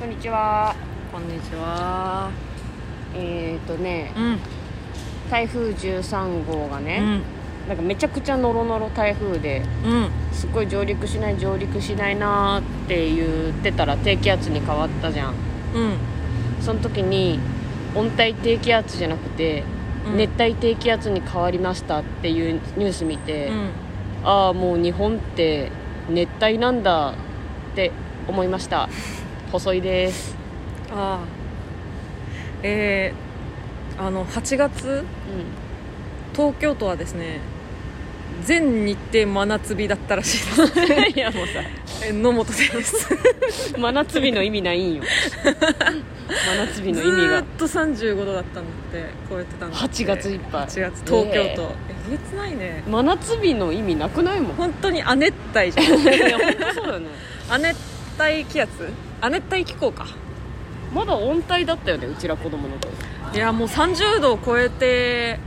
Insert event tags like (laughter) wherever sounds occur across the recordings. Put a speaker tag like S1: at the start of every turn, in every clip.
S1: こんにちは。
S2: こんにちは。
S1: えっ、ー、とね
S2: う、ん。
S1: 台風13号が
S2: う
S1: ね、
S2: ん。
S1: なんかめちゃくちゃノロノロ台風で
S2: うん。
S1: すっごい上陸しない上陸しないなーって言ってたら低気圧に変わったじゃん。
S2: うん。
S1: その時に温帯低気圧じゃなくて、
S2: うん
S1: 熱帯低気圧に変わりましたっていうニュース見て、
S2: うん。
S1: ああもう日本って熱帯なんだって思いました。細いです。
S2: ああ。えー、あの、8
S1: う
S2: 月、東京都はですね、全日程真夏日だったらし
S1: (laughs)
S2: い
S1: ん。いやもうさ。
S2: です。え野本です。
S1: 真夏日の意味ないんよ真夏日
S2: ず
S1: の意味
S2: ー
S1: が
S2: っと35度だったのって超えてたの
S1: 8月いっぱい
S2: 8月、東京都。え
S1: ね
S2: げつないね。
S1: 真夏日の意味なくない
S2: (laughs)
S1: もん
S2: 本当に亜熱帯じゃん。
S1: いや本当そうだよね
S2: 亜熱帯気圧亜熱帯気候か。
S1: まだ温帯だったよねうちら子供の頃
S2: いやもう30度を超えて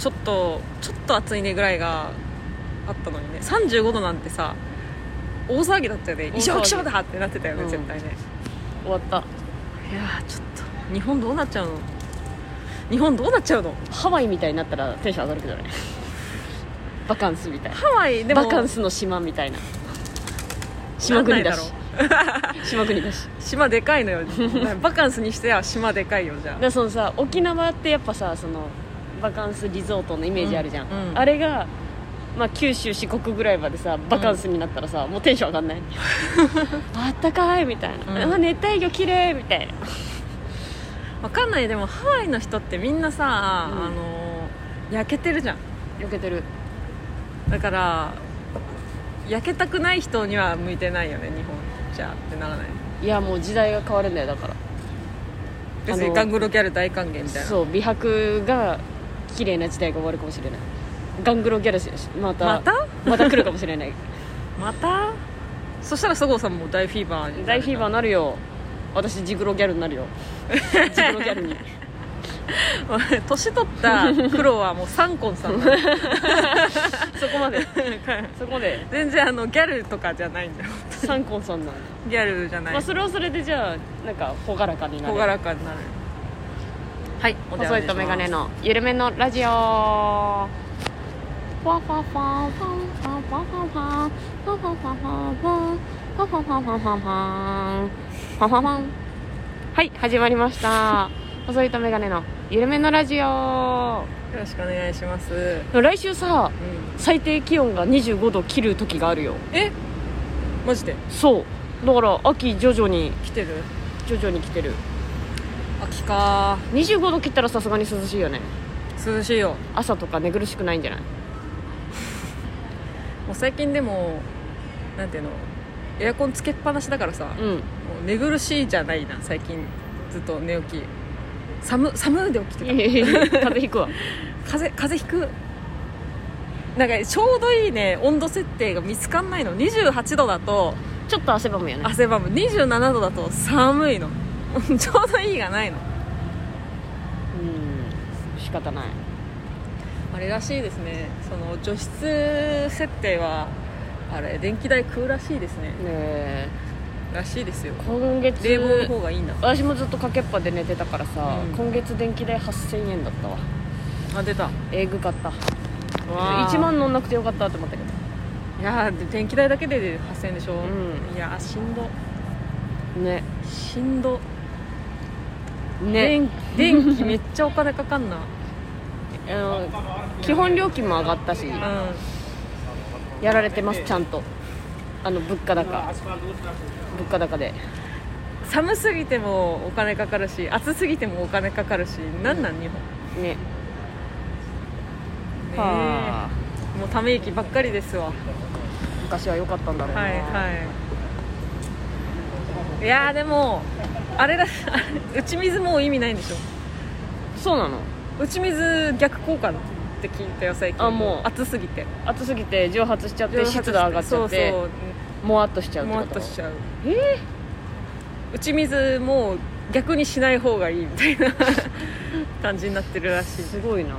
S2: ちょっとちょっと暑いねぐらいがあったのにね35度なんてさ大騒ぎだったよね
S1: 大騒ぎ
S2: 一生気象だってなってたよね、
S1: うん
S2: 絶対ね
S1: 終わった
S2: いやーちょっと日本どうなっちゃうの日本どうなっちゃうの
S1: ハワイみたいになったらテンション上がるけどねバカンスみたい
S2: ハワイで
S1: な
S2: も
S1: バカンスの島みたいな島国だし
S2: なん
S1: (laughs) 島国だし
S2: 島でかいの
S1: (laughs)
S2: よバカンスにしては島でかいよじゃ
S1: だからそのさ沖縄ってやっぱさそのバカンスリゾートのイメージあるじゃん、
S2: うんうん
S1: あれが、まあ、九州四国ぐらいまでさバカンスになったらさ、もうテンション上が (laughs) んないあったかいみたいな、
S2: うん
S1: あ熱帯魚綺麗みたいな
S2: あわかんないでもハワイの人ってみんなさ、
S1: うん
S2: あのー焼けてるじゃん
S1: よけてる
S2: だから焼けたくない人には向いてないよね日本じゃってならない
S1: いやもう時代が変わるんだよだから
S2: 別
S1: あ
S2: に
S1: の
S2: ガングロギャル大歓迎みたいな
S1: そう美白が綺麗な時代が終わるかもしれないガングロギャルしまた
S2: また
S1: また来るかもしれ (laughs) ない
S2: またそしたらそごうさんも大フィーバーに
S1: 大フィーバー
S2: ー
S1: なるよ私ジグロギャルに (laughs) なるよジグロギャルに
S2: (laughs) 年取った黒はもうサンコンさんだ
S1: そこま (laughs) でそこまで
S2: 全然あのギャルとかじゃないんだよ
S1: サンコンさんなんだ
S2: ギャルじゃない
S1: まあ、それはそれでじゃあなんか朗らかになる
S2: 朗らかになるはいお
S1: 細いとメガネ
S2: の
S1: の緩めのラジオファンファンファンファンファンファンファンファンファンファンファンファンファンファンファンファンファンファンファンファンファンはい始まりました細いとメガネの緩めのラジオ
S2: よろしくお願いします、うん、
S1: 来週さ最低気温が25度切る時があるよ
S2: えマジで
S1: そうだから秋徐々に
S2: 来てる
S1: 徐々に来てる
S2: 秋か
S1: 25度切ったらさすがに涼しいよね
S2: 涼しいよ
S1: 朝とか寝苦しくないんじゃない
S2: もう最近でもなんていうのエアコンつけっぱなしだからさ、も
S1: うん
S2: う寝苦しいじゃないな最近ずっと寝起き寒寒で起きて
S1: い
S2: た
S1: やいやいや風邪ひくわ
S2: 風風邪ひくなんかちょうどいいね温度設定が見つかんないの28度だと
S1: ちょっと汗ばむよね
S2: 汗ばむ27度だと寒いの (laughs) ちょうどいいがないの
S1: うん仕方ない
S2: あれらしいですねその除湿設定はあれ電気代食うらしいですね
S1: ねえ
S2: らしいですよ
S1: 今
S2: 冷房の
S1: 月
S2: 方がいいんだ
S1: 私もずっとかけっぱで寝てたからさ、
S2: うん
S1: 今月電気代8000円だったわ
S2: あ出た
S1: えぐかった
S2: わあ
S1: 1万乗んなくてよかったって思ったけど
S2: いやーで電気代だけで8000円でしょ、
S1: う
S2: いやーしんど
S1: ね
S2: しんど、
S1: ね
S2: 電電気めっちゃお金かかんな
S1: あの基本料金も上がったし
S2: う
S1: やられてますちゃんとあの物価高物価高で
S2: ん寒すぎてもお金かかるし暑すぎてもお金かかるしなんなん日本、
S1: ね
S2: ねえ
S1: はあ
S2: もうため息ばっかりですわ
S1: 昔は良かったんだろうな、
S2: はいはいいやーでもあれだ (laughs) あれ打ち水もう意味ないんでしょ
S1: そうなの
S2: 打ち水逆効果って聞いたよ最近
S1: あもう
S2: 暑すぎて
S1: 暑すぎて蒸発しちゃって湿度上がっちゃって
S2: そう
S1: もわっとしちゃ
S2: そうう
S1: って
S2: も
S1: こ
S2: わ
S1: と
S2: っとしちゃう
S1: え
S2: 打ち水も逆にしない方がいいみたいな感じになってるらし
S1: ー、
S2: い
S1: すごいな、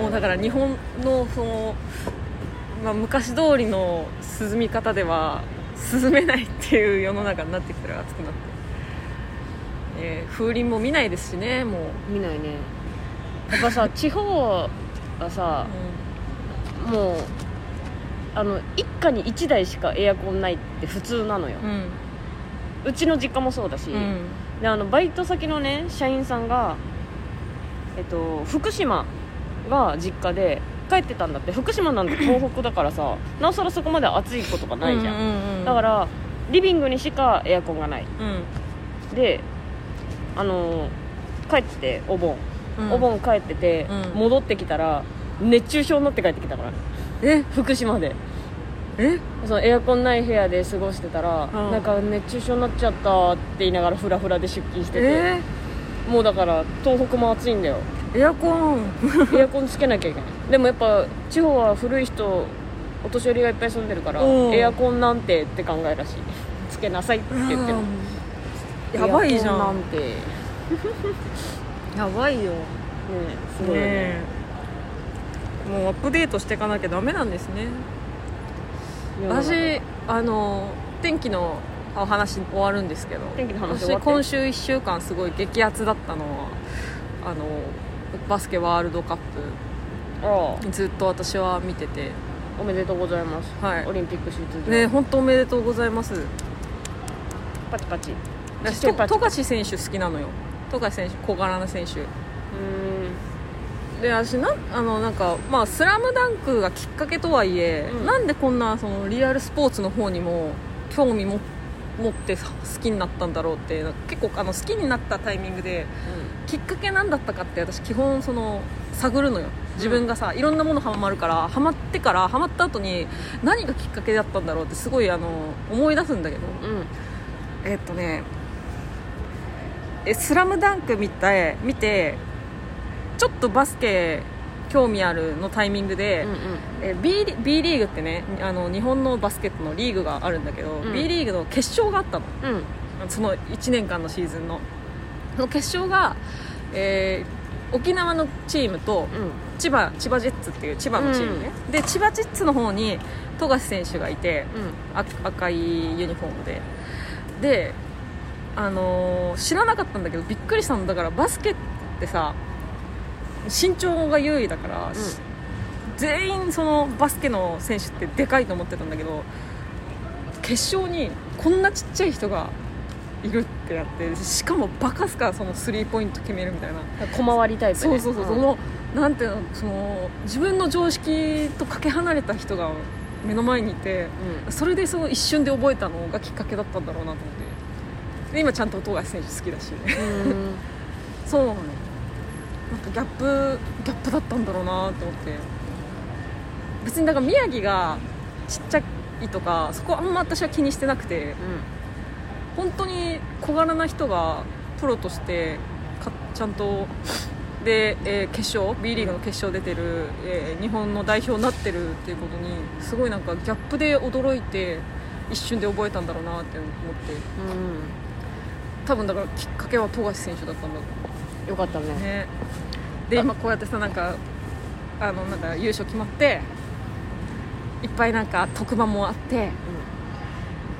S2: もうだから日本のその、まあ、昔通りの涼み方では進めないっていう世の中になってきたら暑くなって、えー風鈴も見ないですしねもう、
S1: 見ないねやっぱさ地方はさもうあの一家に1台しかエアコンないって普通なのよ
S2: う、ん
S1: うちの実家もそうだし、
S2: うん
S1: であのバイト先のね社員さんが、えっと、福島が実家で帰ってたんだって福島なんて東北だからさなおさらそこまで暑いことがないじゃん、
S2: うんうん、、
S1: だかららリビングにしかエアコンがない
S2: うん
S1: であの帰ってお盆、
S2: うん、
S1: お盆帰ってて、
S2: うん
S1: 戻ってきたら熱中症になって帰ってきたから
S2: え
S1: 福島で
S2: え
S1: そのエアコンない部屋で過ごしてたら、
S2: ん
S1: なんか熱中症になっちゃったって言いながらフラフラで出勤してて、
S2: え
S1: もうだから東北も暑いんだ
S2: (laughs)
S1: よ
S2: ーエアコン
S1: エアコンつけなきゃいけないでもやっぱ地方は古い人お年寄りがいっぱい住んでるから
S2: うん
S1: エアコンなんてって考えらしいつけなさいって言っても
S2: やばいじゃ
S1: エアコン
S2: ん
S1: なんてね
S2: やばいよ
S1: すごいよね
S2: もうアップデートしていかなきゃダメなんですね
S1: 世の中
S2: 私あの天気のお話終わるんですけど
S1: 天気の話終わっ
S2: 私
S1: て
S2: 今週1週間すごい激アツだったのはあのバスケワールドカッ
S1: あ
S2: プずっと私は見てて
S1: あおめでとうございます、
S2: はい
S1: オリンピック出場、
S2: ね本当おめでとうございます
S1: パチパチう
S2: 私
S1: ちっちゃ
S2: と
S1: いパチ
S2: 富樫選手好きなのよ富樫選手小柄な選手
S1: ー
S2: で私なんあのなんか、まあ「スラムダンクがきっかけとはいえ、
S1: うん
S2: なんでこんなそのリアルスポーツの方にも興味も持って好きになったんだろうってなんか結構あの好きになったタイミングできっかけなんだったかって私基本その探るのよ自分がさ、いろんなものハマるからハマってからハマった後に何がきっかけだったんだろうってすごいあの思い出すんだけど
S1: んうんうん
S2: えっとね「えスラムダンク見て見てちょっとバスケ興味あるのタイミングで、え B, リ B リーグってねあの日本のバスケットのリーグがあるんだけど、
S1: うん
S2: B リーグの決勝があったの
S1: うんうん
S2: その1年間のシーズンのその決勝が、えー沖縄のチームと千葉千葉ジェッツっていう千葉のチームね、で千葉ジェッツの方に富樫選手がいて、あ赤いユニフォームでで、あのー知らなかったんだけどびっくりしたのだからバスケってさ身長が優位だから、し全員そのバスケの選手ってでかいと思ってたんだけど決勝にこんなちっちゃい人がいるってなってしかもバカすかそのスリーポイント決めるみたいな
S1: うん小回りタイプ、ね、
S2: そうそうそう、そ
S1: ん
S2: のなんていうのその自分の常識とかけ離れた人が目の前にいて
S1: うん
S2: それでその一瞬で覚えたのがきっかけだったんだろうなと思ってで今ちゃんと富樫選手好きだし
S1: うん
S2: そうなのなんかギャップギャップだったんだろうなと思って別にだから宮城がちっちゃいとかそこあんま私は気にしてなくて本当に小柄な人がプロとしてかちゃんとで、えー決勝 B リーグの決勝出てる、えー日本の代表になってるっていうことにすごいなんかギャップで驚いて一瞬で覚えたんだろうなって思って
S1: うん、
S2: 多分だからきっかけは富樫選手だったんだろ
S1: うん、よかったね
S2: うねで今こうやってさなんかあのなんか優勝決まっていっぱいなんか特番もあって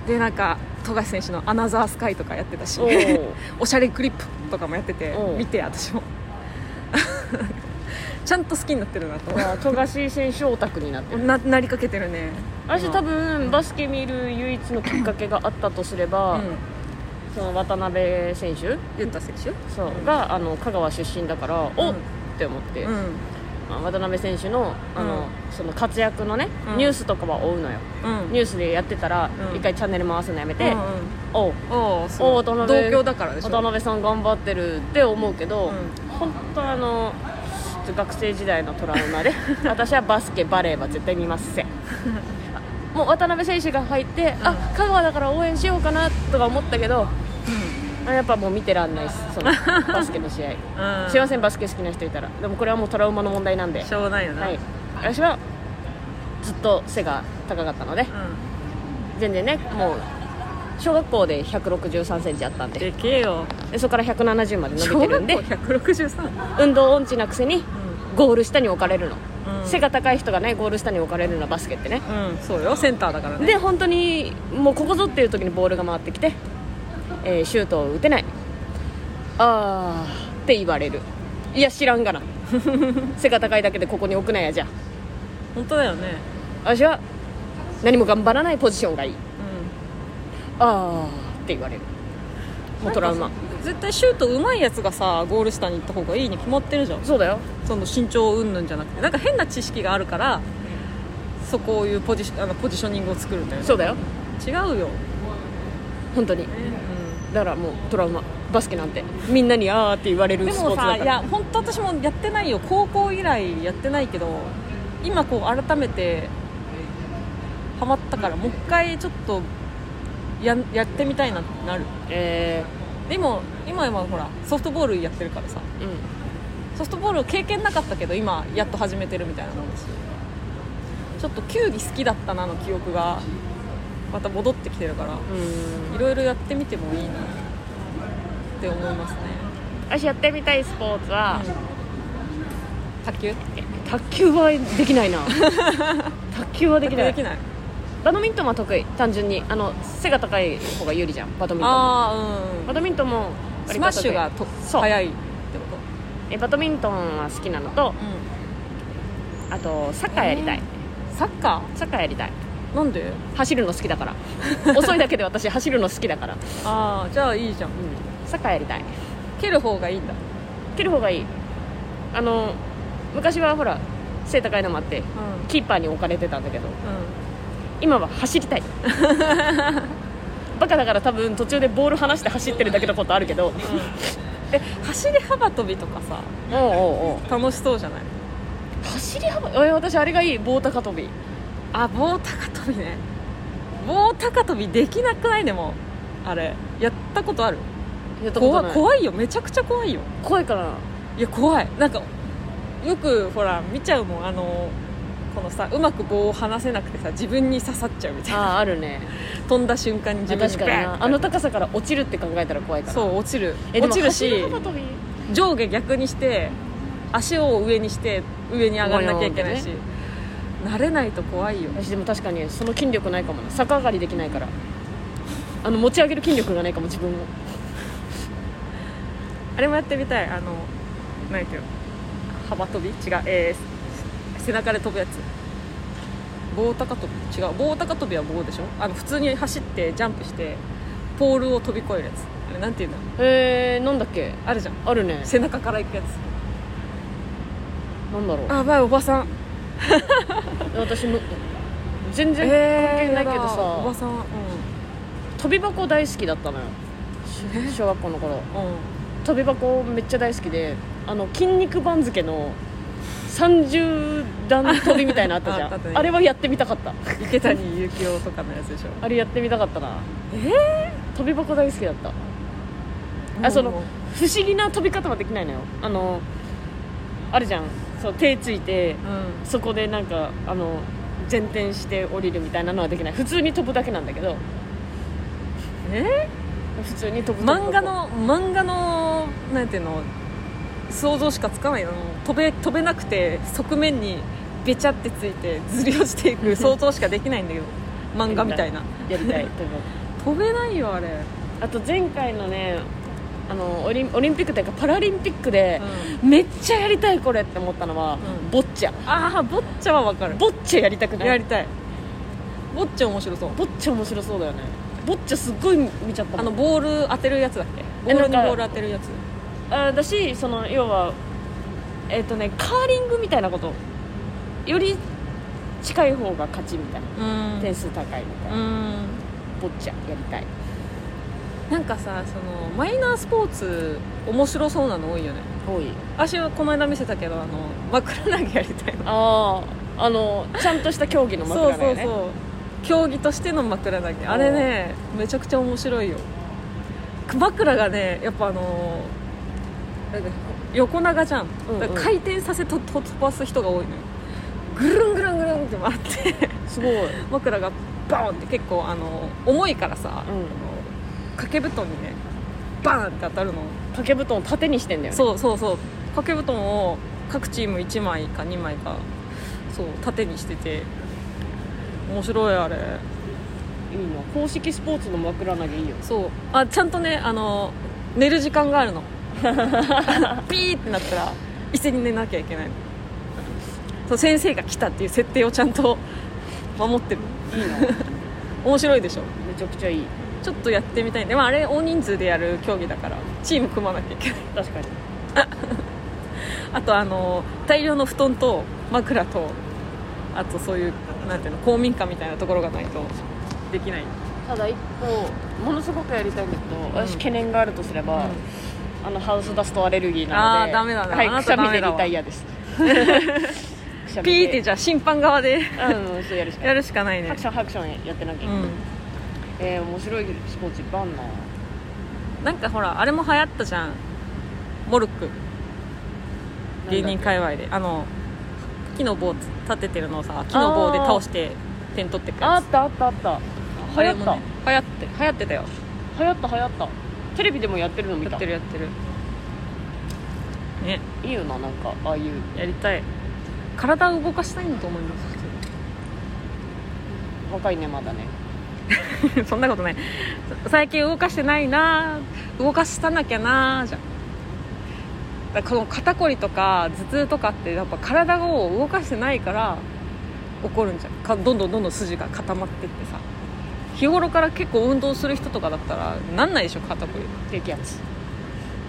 S2: でなんか富樫選手の「アナザースカイ」とかやってたし
S1: おー
S2: おしゃれクリップとかもやってて
S1: うん
S2: 見て私も (laughs) ちゃんと好きになってるなと
S1: まあ富樫選手オタクになってる
S2: ななりかけてるね
S1: 私多
S2: 分
S1: 分バスケ見る唯一のきっかけがあったとすれば、その渡辺選手
S2: ゆった選手
S1: そう、
S2: うん
S1: があの香川出身だから、おっって思って、
S2: うん
S1: まあ渡辺選手のあの、その活躍のね、
S2: うん
S1: ニュースとかは追うのよ
S2: うん
S1: ニュースでやってたら
S2: うん
S1: 一、回チャンネル回すのやめ
S2: うん
S1: て、おう
S2: うんおうそう
S1: おう渡辺
S2: 同郷だからでしょ
S1: 渡辺さん頑張ってるって思うけど、
S2: うん
S1: 本当あの学生時代のトラウ
S2: (laughs)
S1: マで私はバスケバレーは絶対見ませんあもう渡辺選手が入って、
S2: う
S1: あ
S2: ん
S1: 香川だから応援しようかなとか思ったけどあやっぱもう見てらんないですそ
S2: (laughs)
S1: のバスケの試合
S2: うん
S1: すいませんバスケ好きな人いたらでもこれはもうトラウマの問題なんで、
S2: しょうがないよな
S1: はい、私はずっと背が高かったので
S2: うん
S1: 全然ねもう小学校で1 6 3センチあったんで
S2: でけえよ
S1: でそこから170まで伸びて
S2: 小学
S1: る
S2: 校
S1: んで
S2: 163
S1: 運動音痴なくせにゴール下に置かれるの
S2: うん
S1: 背が高い人がねゴール下に置かれるのはバスケってね
S2: うんそうよセンターだからね
S1: で本当にもうここぞっていう時にボールが回ってきて、えーシュートを打てないあーって言われるいや知らんが
S2: (laughs)
S1: な背が高いだけでここに置くなやじゃ
S2: 本当だよね
S1: あ私は何も頑張らないポジションがいい
S2: うん
S1: あーって言われるもうトラウマ
S2: 絶対シュートうまいやつがさゴール下に行った方がいいに決まってるじゃん
S1: そうだよ
S2: その身長云々じゃなくてなんか変な知識があるからそこをいうポジシあのポジショニングを作るんだよね
S1: そうだよ
S2: 違うよ、
S1: 本当に
S2: う
S1: だからもうトラウマバスケなんてみんなにあーって言われ
S2: ん、で
S1: るスポー
S2: も
S1: ツだ
S2: さ
S1: か
S2: い
S1: ら
S2: や本当私もやってないよ高校以来やってないけど今こう改めてハマったからもう一回ちょっとややってみたいなってなる
S1: え
S2: でも今今ほらソフトボールやってるからさ
S1: ーうん
S2: ソフトボール経験なかったけど今やっと始めてるみたいなもんですちょっと球技好きだったなの記憶がまた戻ってきてるから
S1: うん
S2: いろいろやってみてもいいなって思いますね、
S1: 私やってみたいスポーツは、
S2: 卓球
S1: 卓球はできない (laughs) な卓球はできない
S2: できない
S1: バドミントンは得意単純にあの背が高い方が有利じゃんバドミントン
S2: ああ
S1: バドミントンも割
S2: うん
S1: と
S2: スマッシュがと
S1: そう
S2: 早いってこと
S1: 得意えバドミントンは好きなのとあとサッカーやりたい、
S2: サッカ
S1: サッカーやりたい
S2: ーなんで
S1: 走るの好きだ (laughs) から遅いだけで私走るの好きだから、うん、
S2: ああじゃあいいじゃん
S1: サッカーやりたい
S2: 蹴る方がいいんだ
S1: 蹴る方がいいあの昔はほら背高いのもあって
S2: うんうん
S1: キーパーに置かれてたんだけど今は走りた
S2: (laughs)
S1: いバカだから多分途中でボール離して走ってるだけのことあるけど
S2: (laughs) え走り幅跳びとかさ
S1: おうおうおう
S2: 楽しそうじゃない
S1: 走り幅え私あれがいい棒高跳び
S2: あ棒高跳びね棒高跳びできなくないでもあれやったことある
S1: やったこと
S2: 怖
S1: ないい
S2: 怖いよめちゃくちゃ怖いよ
S1: 怖いから
S2: いや怖いなんかよくほら見ちゃうもんあのこのさうまく棒を離せなくてさ自分に刺さっちゃうみたいな
S1: あああるね
S2: 飛んだ瞬間に (laughs) 自分に
S1: 確かに
S2: バーンって
S1: なあの高さから落ちるって考えたら怖いから
S2: そう落ちる
S1: えでも
S2: 落ちる
S1: 走
S2: し
S1: り幅跳び
S2: 上下逆にして足を上にして上に上がらなきゃいけないし、
S1: 上
S2: 慣れないと怖いよ
S1: 私でも確かにその筋力ないかもな逆上がりできないからあの持ち上げる筋力がないかも自分を
S2: あれもやってみたいあの何ていうの幅跳び違うえー背中で飛ぶやつ棒高跳び違う棒高跳びは棒でしょあの普通に走ってジャンプしてポールを飛び越えるやつあれなんていうんだろう
S1: えー、なんだっけ
S2: あるじゃん
S1: あるね
S2: 背中から行くやつ
S1: なんだろう
S2: あやばいおばさん
S1: 私も全然関
S2: え
S1: 係
S2: ー
S1: ないけど
S2: や
S1: さ、
S2: だおばさんうん、うん、
S1: 飛び箱大好きだったのよし小学校の頃飛び箱めっちゃ大好きであの筋肉番付の30段飛びみたいなのあったじゃ
S2: (laughs) あったあった
S1: ん
S2: ね
S1: あれはやってみたかった
S2: 池谷幸雄とかのやつでしょ
S1: あれやってみたかったな
S2: え
S1: 飛び箱大好きだったあその不思議な飛び方はできないのよあのあるじゃんそう手ついて
S2: う
S1: そこでなんかあの前転して降りるみたいなのはできない普通に飛ぶだけなんだけど
S2: んえ
S1: 普通に飛ぶ
S2: 漫画の漫画のなんていうの想像しかつかないの飛べ飛べなくて側面にべちゃってついてずり落ちていく想像しかできないんだけど漫画みたいな
S1: やりたい飛ぶ
S2: 飛べないよあれ、
S1: あと前回のねあのオリンオリンピックというかパラリンピックで、めっちゃやりたいこれって思ったのは、
S2: うん
S1: ボッチャ
S2: ああボッチャはわかる
S1: ボッチャやりたくな
S2: やり
S1: い
S2: たいボッチャ面白そう
S1: ボッチャ面白そうだよねボッチャすっごい見ちゃった
S2: あ
S1: も
S2: の
S1: ん
S2: ボール当てるやつだっけ
S1: え
S2: ボールに
S1: なんか
S2: ボール当てるやつ
S1: あだしその要はえっ、とねカーリングみたいなことより近い方が勝ちみたいな
S2: うん
S1: 点数高いみたいな、
S2: うん
S1: ボッチャやりたい
S2: なんかさそのマイナースポーツ面白そうなの多いよね
S1: 多い
S2: 私はこの間見せたけどあの枕投げやりたいの
S1: あああのちゃんとした競技の
S2: そう
S1: 枕だ
S2: そ
S1: よ
S2: う
S1: ね
S2: そう競技としての枕投げあれねめちゃくちゃ面白いよ枕がねやっぱあのーなんか横長じゃん、
S1: うんうん
S2: だから回転させとと飛ばす人が多いのよぐるんぐるんぐるんって回って (laughs)
S1: すごい、うん、
S2: 枕がバーンって結構あの重いからさ、あの掛け布団にねバーンって当たるの
S1: 掛け布団を縦にしてんだよね
S2: そうそうそう掛け布団を各チーム1枚か2枚かそう縦にしてて面白いあれ
S1: いいな公式スポーツの枕投げいいよ
S2: そうあちゃんとねあの寝る時間があ (laughs) るのピーってなったら一斉に寝なきゃいけないのそう先生が来たっていう設定をちゃんと守ってる
S1: い (laughs) いなめ
S2: 面白いでしょ
S1: ちゃくちゃいい
S2: ちょっとやってみたいんで、まあ、あれ大人数でやる競技だからチーム組まなきゃいけない
S1: 確かに
S2: あとあの大量の布団と枕とあとそういうなんていうの公民館みたいなところがないとできない
S1: ただ一方ものすごくやりたいんだけど、私懸念があるとすれば、あのハウスダストアレルギーなので
S2: あーダメだなあ
S1: は
S2: ない
S1: くしたゃ
S2: ダ
S1: み
S2: メ
S1: で
S2: だわ
S1: リタイアです (laughs) くしゃみで
S2: ピーってじゃあ審判側で
S1: うんそうやるしかな
S2: や
S1: い
S2: るしかない
S1: ハ
S2: ね
S1: クションハクションやってなきゃいけ
S2: う
S1: ない、
S2: ん
S1: えー面白いスポーツいっぱいあんな
S2: なんかほらあれも流行ったじゃんモルック芸人界隈であの木の棒立ててるのをさ木の棒で倒して点取ってく
S1: あ
S2: や
S1: っ
S2: つ
S1: たあったあった流行った、
S2: あれもね流行って流行ってたよ
S1: 流行った流行ったテレビでもやってるの見
S2: や
S1: た
S2: ってるやってるね
S1: いいよななんかああいう
S2: やりたい体を動かしたいんだと思います
S1: 若いねまだね
S2: (laughs) そんなことないそ最近動かしてないな動かしたなきゃなじゃんだからこの肩こりとか頭痛とかってやっぱ体を動かしてないから起こるんじゃんかどんどんどんどん筋が固まってってさ日頃から結構運動する人とかだったらなんないでしょ肩こり
S1: 低気圧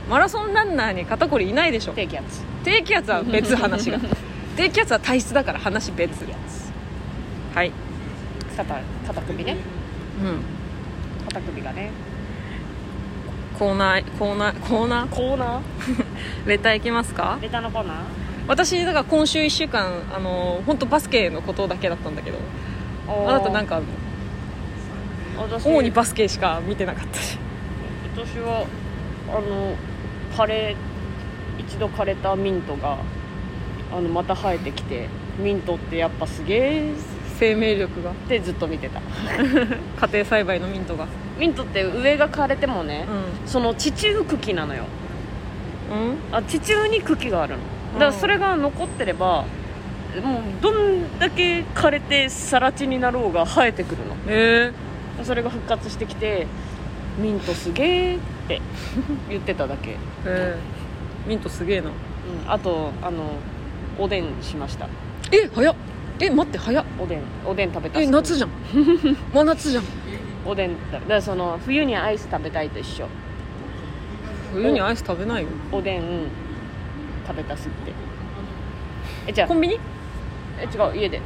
S2: マラソンランナーに肩こりいないでしょ
S1: 低気圧
S2: 低気圧は別話が低気圧は体質だから話別はい
S1: 肩肩首ね
S2: うん
S1: 肩首がね
S2: コーナーコーナーコーナー
S1: コーナー
S2: レターいきますか
S1: レターのコーナー
S2: 私だから今週1週間あの本当バスケのことだけだったんだけどあなたなん
S1: か
S2: か
S1: 私
S2: 主にバスケしか見てなかったし
S1: 私はあの枯れ一度枯れたミントがあのまた生えてきてミントってやっぱすげえ
S2: (laughs) 生命力が
S1: ってずっと見てた
S2: 家庭栽培のミントが
S1: ミントって上が枯れてもね、
S2: う
S1: その地中茎なのよ
S2: んうん
S1: あ地中に茎があるのだからそれが残ってればもうどんだけ枯れて更地になろうが生えてくるの
S2: え
S1: それが復活してきてミントすげえって (laughs) 言ってただけ、
S2: ー、えーミントすげえな
S1: うん、あとあのおでんしました
S2: え早っえ待って早っ
S1: おでんおでん食べた
S2: え夏 (laughs) じゃん真夏じゃん
S1: おでん食べだからその冬にアイス食べたいと一緒
S2: 冬にアイス食べないよ
S1: おでん食べたすってえじゃ
S2: コ
S1: あ
S2: ンビニ
S1: え違う家で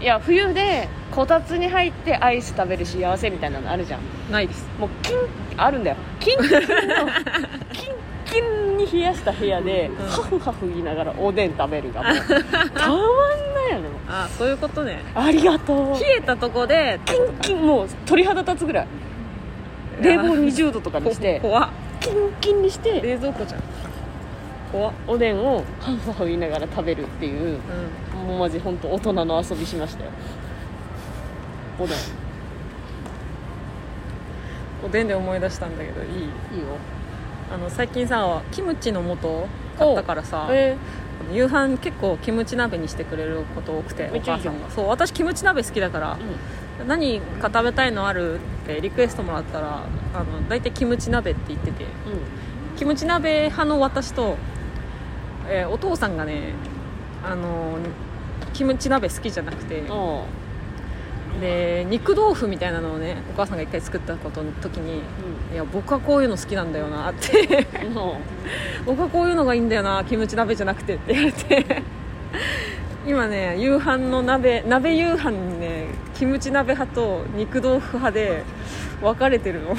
S1: いや冬でこたつに入ってアイス食べる幸せみたいなのあるじゃん
S2: ないです
S1: もうキンあるんだよキン (laughs) キンのキンキンに冷やした部屋で、
S2: ん
S1: ハフハフ言いながらおでん食べるがもうたまんないよね
S2: あそういうことね
S1: ありがとう
S2: 冷えたとこで
S1: キンキンもう鳥肌立つぐらい冷房20度とかにして
S2: こ怖っ
S1: キンキンにして
S2: 冷蔵庫じゃん怖っ
S1: おでんをハフハフ言いながら食べるっていう
S2: うん
S1: もうマジ本当大人の遊びしましたよおでん
S2: おでんで思い出したんだけどいい
S1: いいよ
S2: あの最近さキムチの素買ったからさ、
S1: え
S2: 夕飯結構キムチ鍋にしてくれること多くて
S1: め
S2: お
S1: っちゃいい
S2: 母
S1: じ
S2: さ
S1: ゃん
S2: んがそう私キムチ鍋好きだから
S1: ー、う、ん
S2: 何か食べたいのあるってリクエストもらったらあの大体キムチ鍋って言っててキムチ鍋派の私と、えーお父さんがねあのキムチ鍋好きじゃなくて、
S1: うんうん
S2: で肉豆腐みたいなのをねお母さんが一回作ったことの時に「いや僕はこういうの好きなんだよな」って
S1: うんうん
S2: 僕はこういうのがいいんだよなキムチ鍋じゃなくてって言われて (laughs) 今ね夕飯の鍋鍋夕飯にねキムチ鍋派と肉豆腐派で分かれてるの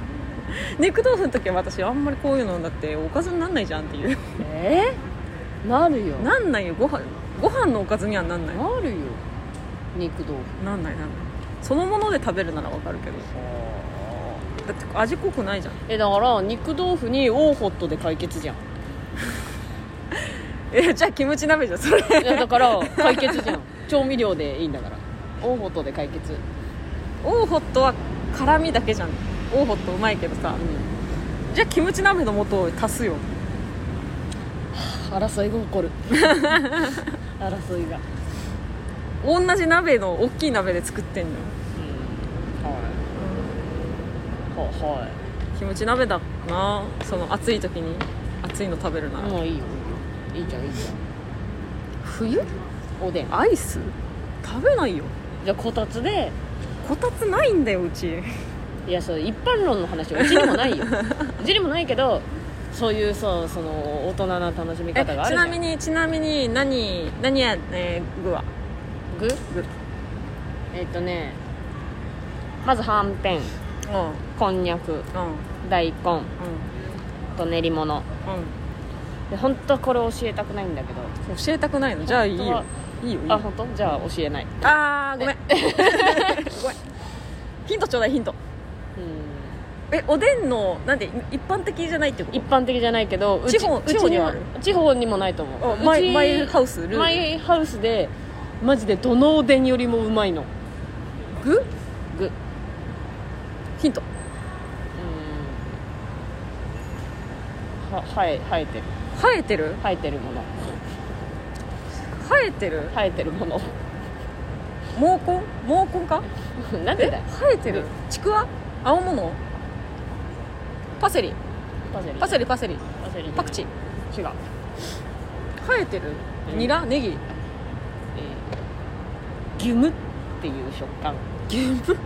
S2: (laughs) 肉豆腐の時は私あんまりこういうのだっておかずになんないじゃんっていう
S1: えー、なるよな
S2: なんないよご飯ご飯のおかずにはなんない
S1: るよ肉豆腐
S2: なんないなんないそのもので食べるなら分かるけどだって味濃くないじゃん
S1: えだから肉豆腐にオーホットで解決じゃん
S2: えじゃあキムチ鍋じゃんそれ
S1: いやだから解決じゃん調味料でいいんだからオーホットで解決
S2: オーホットは辛みだけじゃんオーホットうまいけどさ
S1: うん
S2: じゃあキムチ鍋の素を足すよ
S1: 争いが起こる争いが、
S2: 同じ鍋の大きい鍋で作ってんのよ
S1: はいはは
S2: キムチ鍋だなその暑い時に暑いの食べるなら、
S1: いもういいよいいよいいじゃんいいじ
S2: 冬
S1: ゃんおでん
S2: アイス食べないよ
S1: じゃあこたつで
S2: こたつないんだようち
S1: いやそう一般論の話うちにも
S2: (laughs)
S1: ないようちにもないけどそういうそうその大人な楽しみ
S2: え
S1: 方がある
S2: ち
S1: じゃ
S2: なんみにちなみに何何や、えー、具は
S1: 具えっとねまずはんぺん
S2: うんうん
S1: こんにゃく
S2: うん
S1: 大根と練り物で本当はこれ教えたくないんだけど
S2: うん教えたくないのじゃあいいよ
S1: 本
S2: いいよいい
S1: 当はあ
S2: よ
S1: 本当じゃあ教えない
S2: あーごめん (laughs) ごめんヒントちょうだいヒント
S1: うん
S2: えおでんのなんで一般的じゃないってこと
S1: 一般的じゃないけどうち
S2: 地方
S1: うち
S2: 地方にはある
S1: 地方にもないと思う
S2: あマ
S1: う
S2: イ
S1: ち
S2: マイハウスルール
S1: マイハウスでマジでどのおでんよりもうまいの
S2: 具
S1: 具うん
S2: ヒント
S1: は生え生えてる
S2: 生えてる
S1: 生えてるもの
S2: 生えてる
S1: 生えてるもの
S2: 毛根毛根か
S1: (laughs) なんでだよ
S2: 生えてるちくわ青物パセリ
S1: パセリ
S2: パセリパセリ
S1: パセリ
S2: パクチー
S1: 違う、
S2: 生えてる
S1: うん
S2: ニラネギ
S1: えー、ギュムっていう食感ギュム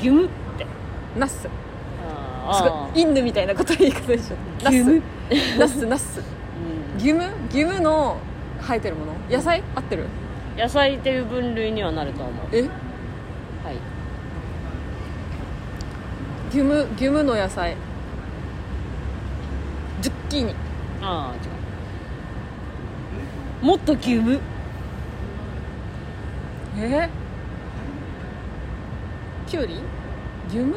S1: ギュムって
S2: ナスす
S1: あ
S2: ごいインドみたいなこと言い方でしょナ
S1: ギュム (laughs)
S2: スナスナス
S1: うん
S2: ギュムギュムの生えてるもの野菜合ってる
S1: 野菜っていう分類にはなると思う
S2: え
S1: はい
S2: ギュムギュムの野菜ズッキーニ
S1: ああ違うもっとギュム
S2: えー、キュウリギュム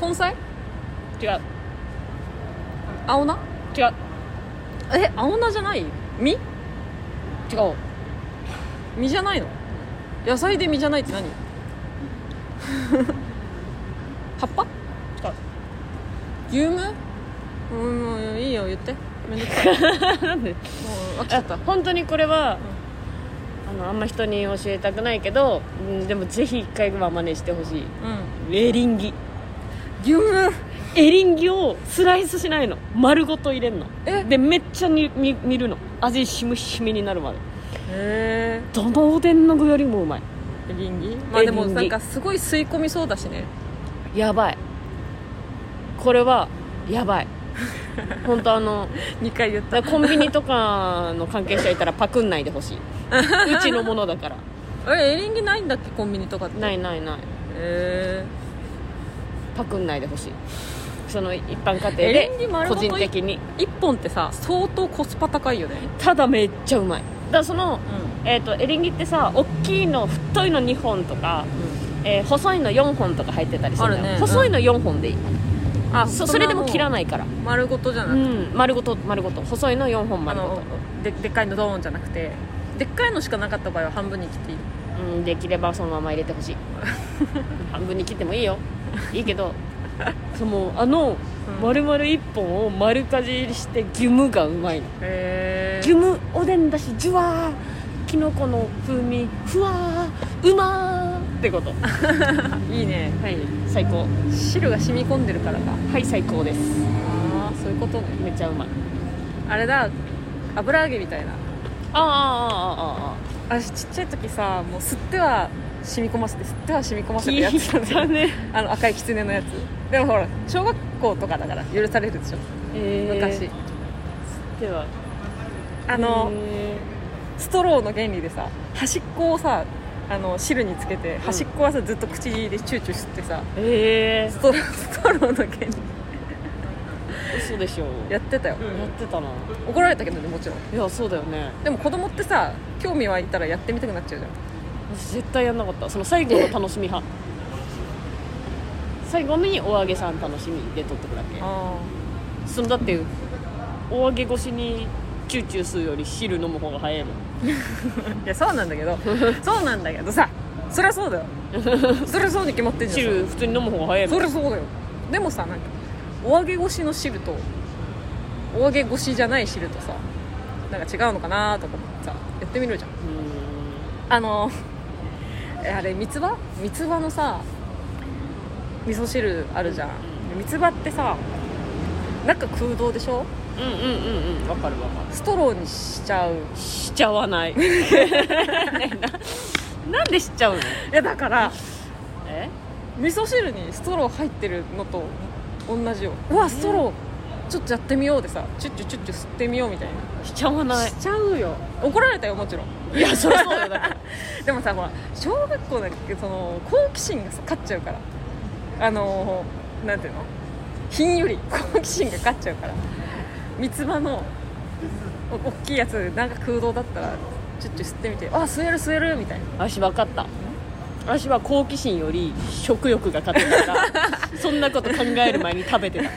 S2: 根菜
S1: 違う
S2: 青菜
S1: 違う
S2: え青菜じゃない実
S1: 違う
S2: 実じゃないの野菜で実じゃないって何 (laughs) 葉っぱ
S1: 違う
S2: 牛無うんもういいよ言ってめんどくさいも
S1: (laughs) なんで
S2: う飽きちゃった
S1: 本当にこれは、あのあんま人に教えたくないけど、うん、でもぜひ一回は真似してほしい
S2: うん
S1: エリンギ
S2: 牛無
S1: エリンギをスライスしないの丸ごと入れんの
S2: え
S1: でめっちゃにに煮るの味しむしみになるまで
S2: へ
S1: どのおでんの具よりもうまい
S2: えエリンギまあで
S1: エ
S2: も
S1: リンギ
S2: なんかすごい吸い込みそうだしね
S1: やばいこれはやばい本当あの
S2: 2回言っ
S1: だからコンビニとかの関係者いたらパクんないでほしいうちのものだから
S2: あれエリンギないんだっけコンビニとかって
S1: ない
S2: へ
S1: ないない
S2: え
S1: パクんないでほしいその一般家庭
S2: エ
S1: で
S2: リンギ丸
S1: 個
S2: ごと
S1: 人的に
S2: 1本ってさ相当コスパ高いよね
S1: ただめっちゃうまいだからその
S2: う、ん
S1: えー、とエリンギってさ大きいの太いの2本とか、えー細いの4本とか入ってたりするのよ
S2: あるね
S1: 細いの4本でいい、
S2: あ
S1: そそれでも切ら
S2: い
S1: ないから
S2: 丸ごとじゃな
S1: う
S2: くて
S1: ん丸ごと丸ごと細いの4本
S2: あ
S1: 丸ごと
S2: の、ででっかいのドーンじゃなくてでっかいのしかなかった場合は半分に切っていい
S1: うん、できればそのまま入れてほ (laughs) しい半分に切ってもいいよいいけ (laughs) どそのあの
S2: うん
S1: 丸々1本を丸かじりしてギュムがうまいの
S2: へ
S1: ギュムおでんだしジュワーきのこの風味ふわーうまーってことは
S2: えいいね
S1: い最高
S2: 汁が染み込んでるからか
S1: はい最高です
S2: ああそういうことね
S1: めっちゃうまい
S2: あれだ油揚げみたいな
S1: あああああああ
S2: 私ちっちゃい時さもう吸っては染み込ませて吸っては染み込ま
S1: あ
S2: せてやってたんだよ
S1: ね
S2: あの赤い狐のやつでもほら小学校とかだから許されるでしょ昔、
S1: 昔では
S2: あの
S1: へ
S2: ストローの原理でさ端っこをさあの汁につけて端っこはさずっと口でチューチュー吸ってさ
S1: ーえ
S2: ストロー (laughs) ストローの原理
S1: ー、嘘でしょ
S2: やってたよ、
S1: やってたな
S2: 怒られたけどねもちろん
S1: いやそうだよね
S2: でも子供ってさ興味湧いたらやってみたくなっちゃうじゃん
S1: 私絶対やんなかったその最後の楽しみ派最後にお揚げさん楽しみで取ってくだけ
S2: あ
S1: そのだってお揚げ越しにチューチューするより汁飲む方が早いもん
S2: あいやそうなんだけどそうなんだけどさそりゃそうだよそりゃそうに決まってんじゃん
S1: 汁普通に飲む方が早いも
S2: そ
S1: ん
S2: りゃそうだよでもさなんかお揚げ越しの汁とお揚げ越しじゃない汁とさなんか違うのかなとか思ってさやってみるじゃん
S1: う
S2: あのあれ三つ葉三つ葉のさ味噌汁あるじゃん三つ葉ってさ中空洞でしょ
S1: んうんうんうんうんわかるわか
S2: ストローにしちゃう
S1: るしちゃわ
S2: (laughs)
S1: ない (laughs) ねななんでしちゃうの
S2: いやだから
S1: え
S2: 味噌汁にストロー入ってるのと同じようわストローちょっとやってみようでさチュッチュチュッチュ吸ってみようみたい
S1: しちゃわ
S2: な、
S1: ない
S2: しちゃうよ怒られたよもちろん
S1: いやそりゃそうだ
S2: (laughs)
S1: よだから
S2: でもさほら小学校なんてその好奇心がさ勝っちゃうからあのーなんていうのひんより好奇心が勝っちゃうから三つ葉のお大きいやつなんか空洞だったらチュッチュ吸ってみてあ吸える吸えるみたいな
S1: 私分かった私は好奇心より食欲が勝ってた (laughs) からそんなこと考える前に食べてた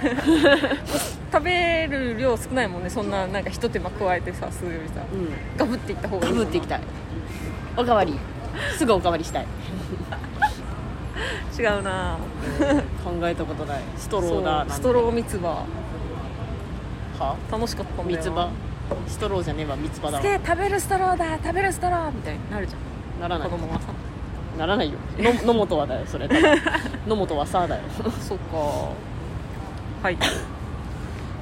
S2: 食べる量少ないもんねそんななんかひと手間加えてさ吸うよりさ
S1: うん
S2: ガブっていった方が
S1: か
S2: いい
S1: ぶ
S2: もんな
S1: っていきたいおかわりすぐおかわりしたい
S2: 違うな
S1: 考えたことないス
S2: ス
S1: トローだなんて
S2: ストロー三つ葉
S1: は
S2: 楽しかったんだ
S1: 三
S2: よ
S1: つ葉ストローじゃねえわ三つ葉だ
S2: す
S1: わ
S2: げえ食べるストローだ食べるストローみたいになるじゃ
S1: なら
S2: ん
S1: な
S2: 子
S1: い
S2: 供はさ
S1: ならないよの野本はだよそれ多 (laughs) 分野本はさあだよ、
S2: そうかはい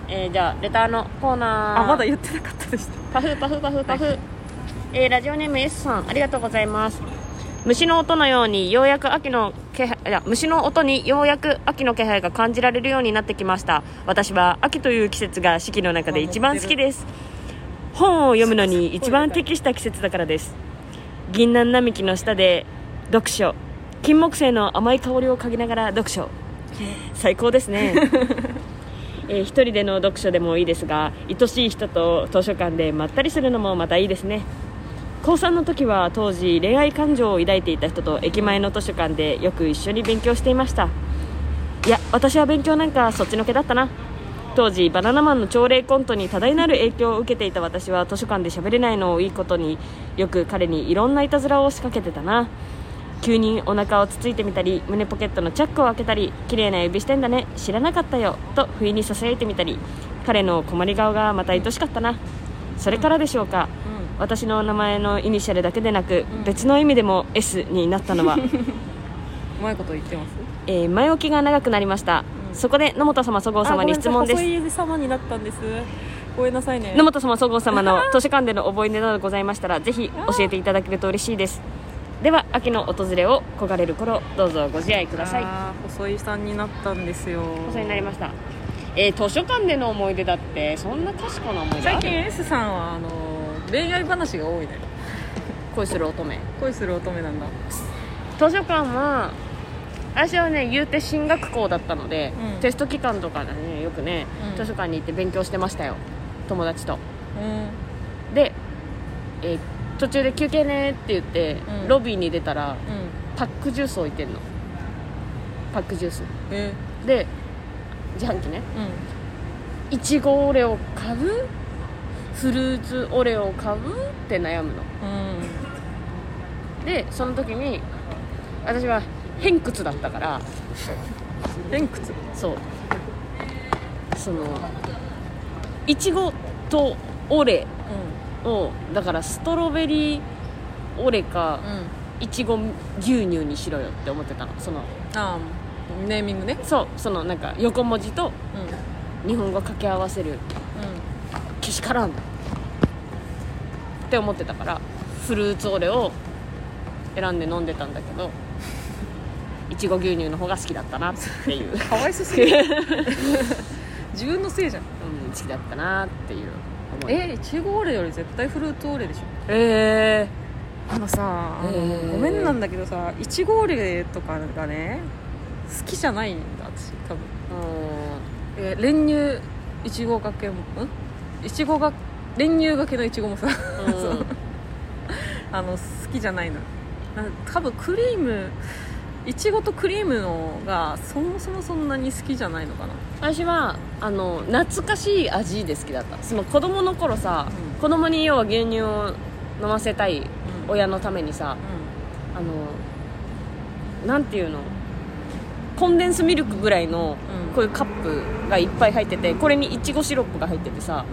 S1: えーじゃあレターのコーナー
S2: あまだ言ってなかったでした
S1: パフパフパフパフ、
S2: は
S1: えーラジオネーム S さんありがとうございます虫の音のようにようやく秋の気配いや虫の音にようやく秋の気配が感じられるようになってきました私は秋という季節が四季の中で一番好きです本を読むのに一番適した季節だからです銀杏並木の下で読書金木犀の甘い香りを嗅ぎながら読書最高ですねえー一人での読書でもいいですが愛しい人と図書館でまったりするのもまたいいですね高3の時は当時恋愛感情を抱いていた人と駅前の図書館でよく一緒に勉強していましたいや私は勉強なんかそっちのけだったな当時バナナマンの朝礼コントに多大なる影響を受けていた私は図書館で喋れないのをいいことによく彼にいろんないたずらを仕掛けてたな急にお腹をつついてみたり胸ポケットのチャックを開けたり綺麗な指してんだね知らなかったよと不意にささやいてみたり彼の困り顔がまた愛しかったなそれからでしょうか私の名前のイニシャルだけでなく、
S2: うん
S1: 別の意味でも S になったの
S2: (laughs)
S1: は、
S2: うまいこと言ってます
S1: えー前置きが長くなりました、
S2: うん
S1: そこで野本様そごう様に質問です
S2: 細い様になったんですごめんなさいね
S1: 野本様、総合様の図書館での思い出などございましたら、ぜひ教えていただけると嬉しいです。では、秋の訪れを焦がれる頃、どうぞご自愛ください。
S2: あー細井さんになったんですよ
S1: お世話になりました。えー、図書館での思い出だって、そんな確かな思い出あ
S2: 最
S1: る
S2: 近 S さんはあの恋愛話が多いね
S1: 恋する乙女。図
S2: 恋する乙女なんだ
S1: 書館は、私はね、言うて進学校だったので、
S2: うん
S1: テスト期間とかでね、よくね、
S2: うん
S1: 図書館に行って勉強してましたよ。友達と。
S2: うん
S1: で、えー途中で休憩ねって言って、
S2: うん
S1: ロビーに出たら、
S2: うん
S1: パックジュース置いてんのパックジュース
S2: え
S1: で自販機ね
S2: う
S1: いちごオレオ買うフルーツオレオ買うって悩むの
S2: んうん
S1: でその時に私は偏屈だったから
S2: 偏屈
S1: そうそのいちごとオレ
S2: う
S1: をだからストロベリーオレか
S2: んうん
S1: いちご牛乳にしろよって思ってたのその
S2: あーネーミングね
S1: そうそのなんか横文字と
S2: うんうん
S1: 日本語掛け合わせるけしからんって思ってたからフルーツオレを選んで飲んでたんだけど (laughs) いちご牛乳の方が好きだったなっていう、
S2: かわいそうすぎる自分のせいじゃん
S1: うん、好きだったなっていう思い
S2: えいちごオレより絶対フルーツオレでしょ
S1: え
S2: あのさあの
S1: えー
S2: ごめんなんだけどさいちごオレとかがね好きじゃないんだ私多分、
S1: ー、うん
S2: えー練乳いちごがけもんいちごが練乳がけのいちごも
S1: (laughs)
S2: さ
S1: うん
S2: あの好きじゃないのなん多分クリームいちごとクリームのがそもそもそんなに好きじゃないのかな
S1: 私はあの懐かしい味で好きだったその子供の頃さ、
S2: うん
S1: 子供に要は牛乳を飲ませたい
S2: うん
S1: 親のためにさ
S2: う
S1: あのなんていうのコンデンスミルクぐらいの
S2: うん
S1: こういうカップがいっぱい入っててこれにいちごシロップが入っててさ
S2: んうん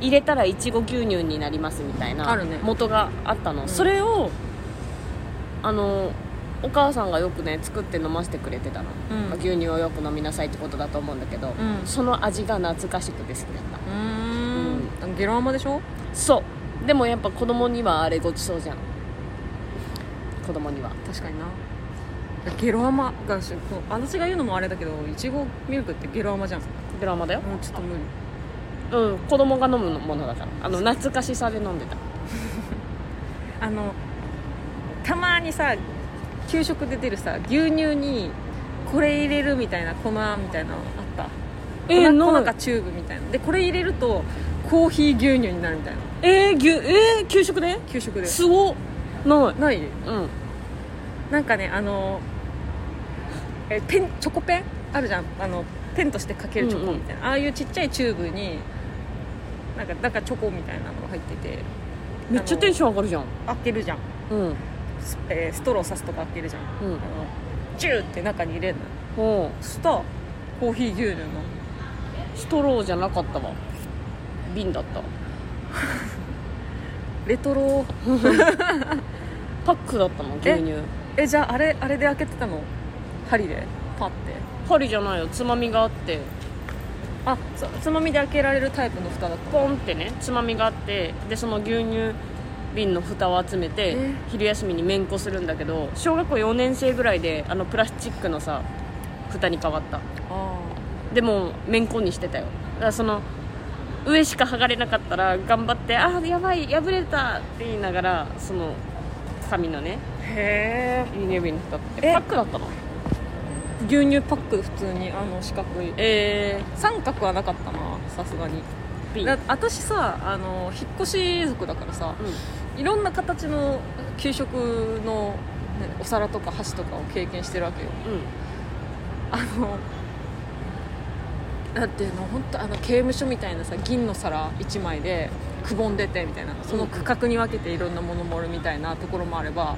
S1: い入れたらいちご牛乳になりますみたいな
S2: あるね
S1: 元があったの、
S2: ん
S1: それをあのお母さんがよくね作って飲ませてくれてたの、
S2: うん
S1: 牛乳をよく飲みなさいってことだと思うんだけど、
S2: うん
S1: その味が懐かしくて好きだった
S2: うーんゲロアマでしょ
S1: そうでもやっぱ子供にはあれごちそうじゃん子供には
S2: 確かになゲロアマがしこう私が言うのもあれだけどいちごミルクってゲロアマじゃんも
S1: ドラマだよ
S2: うちょっと無理
S1: うん子供が飲むものだからあの懐かしさで飲んでた
S2: あのたまにさ給食で出るさ牛乳にこれ入れるみたいな粉みたいなのあった
S1: えー
S2: 粉
S1: な
S2: 粉
S1: い
S2: かチューブみたいなでこれ入れるとコーヒー牛乳になるみたいな
S1: えー、ぎゅえー、給食で
S2: 給食です
S1: ごっない
S2: ない
S1: うん
S2: なんかねあのえペンチョコペンあるじゃんあのペンとしてかけるチョコみたいな、ああいうちっちゃいチューブになんかなんかチョコみたいなのが入ってて
S1: めっちゃテンション上がるじゃん
S2: 開けるじゃん
S1: うん
S2: ス,、えーストロー刺すとか開けるじゃんあ
S1: うん
S2: のチューって中に入れるの
S1: ほ
S2: そしたらコーヒー牛乳の
S1: うストローじゃなかったわ瓶だった
S2: レトロ
S1: パックだったの牛乳
S2: えじゃああれあれで開けてたの針でパッて
S1: パリじゃないよつまみがあって
S2: あそうつまみで開けられるタイプの蓋だった
S1: ポンってねつまみがあってでその牛乳瓶の蓋を集めて
S2: え
S1: 昼休みにめんこするんだけど小学校4年生ぐらいであのプラスチックのさ蓋に変わった
S2: あ
S1: でもめんこにしてたよだからその上しか剥がれなかったら頑張って「あーやばい破れた」って言いながらその紙のね
S2: あへえ
S1: 牛乳瓶の蓋って
S2: え
S1: パックだったの
S2: 牛乳パック普通にあの四角い
S1: え
S2: 三角はなかったなさすが
S1: ー、
S2: に
S1: 瓶
S2: だ私さあの引っ越し族だからさいろんな形の給食の、ねお皿とか箸とかを経験してるわけよ
S1: うんうん
S2: あのだってあの本当あの刑務所みたいなさ銀の皿1枚でくぼんでてみたいなその区画に分けていろんなもの盛るみたいなところもあれば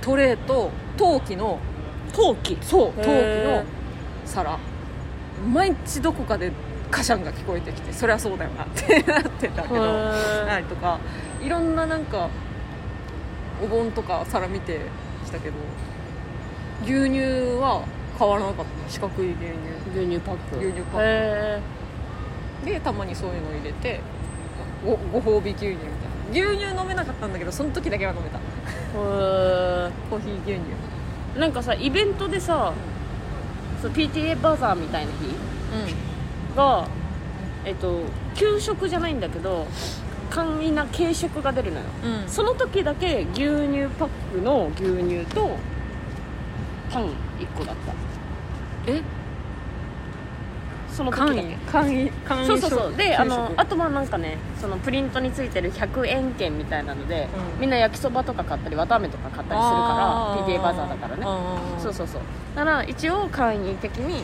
S2: トレーと陶器の陶器そう陶器
S1: へー
S2: の皿毎日どこかでカシャンが聞こえてきてそりゃそうだよなってなってたけど
S1: へ
S2: はいとかいろんななんかお盆とか皿見てきたけど牛乳は変わらなかった四角い牛乳
S1: ー牛乳パック
S2: 牛乳パック
S1: へ
S2: でたまにそういうのを入れてごご褒美牛乳みたいな牛乳飲めなかったんだけどその時だけは飲めた
S1: ーへ
S2: コーヒー牛乳
S1: ーなんかさイベントでさそう PTA バザーみたいな日がえっと給食じゃないんだけど簡易な軽食が出るのよ
S2: うん、
S1: その時だけ牛乳パックの牛乳とパン1個だった
S2: え
S1: その
S2: 簡
S1: 時だ
S2: 易
S1: け
S2: 簡易簡易
S1: そうそうそう
S2: 食
S1: で
S2: 給食
S1: あのあとはなんかねそのプリントについてる100円券みたいなので、
S2: うん
S1: みんな焼きそばとか買ったりわたあめとか買ったりする
S2: あ
S1: から
S2: ー
S1: PTA バザーだからね
S2: あー
S1: そうそうそうだから一応簡易的に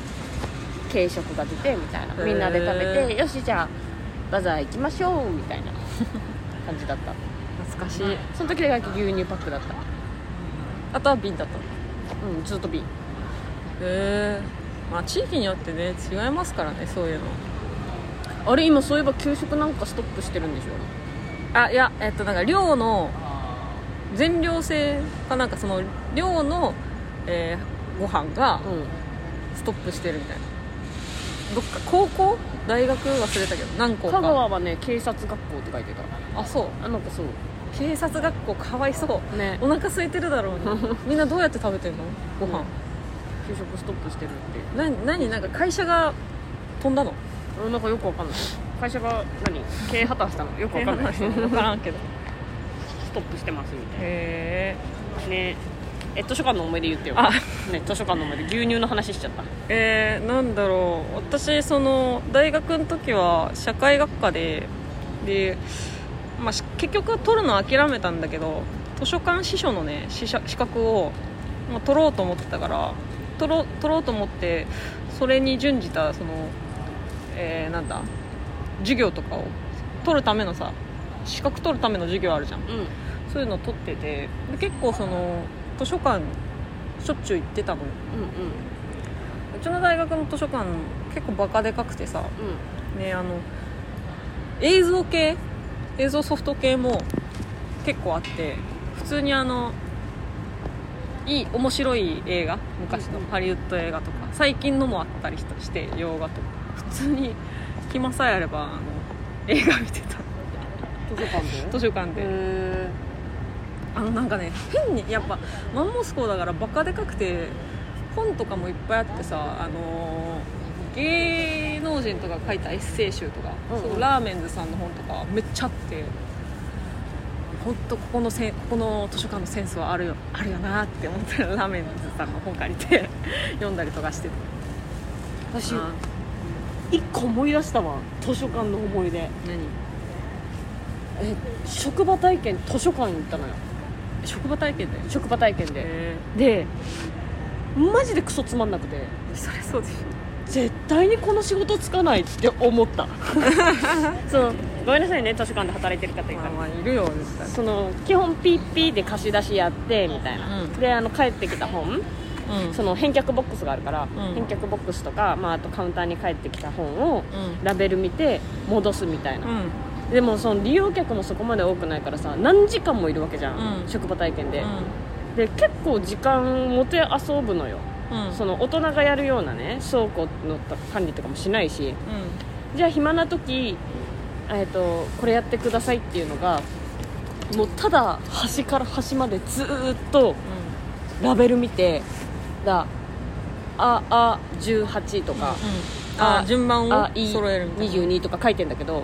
S1: 軽食が出てみたいな
S2: ー
S1: みんなで食べてよしじゃあバザー行きましょうみたいな感じだった
S2: 懐かしい、
S1: しその時だけ牛乳パックだった
S2: あとは瓶だったの
S1: うんずっと瓶
S2: へえまあ地域によってね違いますからねそういうの
S1: あれ今そういえば給食なんかストップしてるんでしょ
S2: あいやえっとなんか寮の全寮制かなんかその寮の、えーご飯が
S1: うん
S2: ストップしてるみたいなどっか高校大学忘れたけど何校か
S1: 香川はね警察学校って書いてた
S2: あそう
S1: あなんかそう
S2: 警察学校かわいそう
S1: ね
S2: お腹空いてるだろうに
S1: (laughs)
S2: みんなどうやって食べてんのご飯、
S1: 給食ストップしてるって
S2: な何なんか会社が飛んだの
S1: うんなんかよくわかんない会社が何経営破綻したのよくわか
S2: (laughs)
S1: んないス
S2: 分からんけど
S1: トップしてますみたいな
S2: へ
S1: ねえ図書館の思い出言ってよ、
S2: あ
S1: ね、図書館の思い出牛乳の話しちゃった
S2: えー、なんだろう私その大学の時は社会学科でで、まあ、し結局取るの諦めたんだけど図書館司書のね資社資格を、まあ、取ろうと思ってたから取ろう取ろうと思ってそれに準じたその、えーなんだ授業とかを取るためのさ資格取るための授業あるじゃん
S1: うん
S2: そういうの取っててで結構その図書館しょっちゅう行ってたのよ
S1: う
S2: うちの大学の図書館結構バカでかくてさ、
S1: んうん
S2: ね、あの映像系映像ソフト系も結構あって普通にあのいい面白い映画昔のハリウッド映画とか最近のもあったりしたして洋画とか普通に暇さえあればあの映画見てた
S1: 図書館で
S2: 図書館で
S1: へ
S2: あのなんかね変にやっぱマンモス校だからバカでかくて本とかもいっぱいあってさあのー芸能人とかが書いたエッセイ集とか、
S1: うんうん
S2: そのラーメンズさんの本とかめっちゃあって本当ここのせんここの図書館のセンスはあるよあるよなって思ったらラーメンズさんの本借りて (laughs) 読んだりとかして
S1: ー
S2: た
S1: 私
S2: な
S1: 一個思い出したわ図書館の思い出
S2: 何
S1: え職場体験図書館に行ったのよ
S2: 職場体験だよ
S1: 職場体験で
S2: え
S1: でマジでクソつまんなくて
S2: ー、それそうでし
S1: 絶対にこの仕事つかないって思った
S2: (laughs)
S1: そのごめんなさいね図書館で働いてる方
S2: ょ
S1: いた
S2: まあ
S1: ら、
S2: まあいるよ絶対
S1: その基本ピッピーで貸し出しやってみたいな、
S2: うん
S1: であの帰ってきた本
S2: うん
S1: その返却ボックスがあるから、
S2: ん
S1: 返却ボックスとか、まあ、あとカウンターに帰ってきた本を
S2: う
S1: ラベル見て戻すみたいな、
S2: んうん
S1: でもその利用客もそこまで多くないからさ何時間もいるわけじゃん、
S2: うん
S1: 職場体験で、で結構時間持て遊ぶのよ、
S2: うんうん
S1: その大人がやるようなね倉庫の管理とかもしないし
S2: うん
S1: じゃあ暇な時、えっとこれやってくださいっていうのがもうただ端から端までずーっとラベル見てだああ18とか、
S2: あ
S1: あ
S2: 順番を
S1: あいい
S2: 揃えるみたいな
S1: 22とか書いてんだけど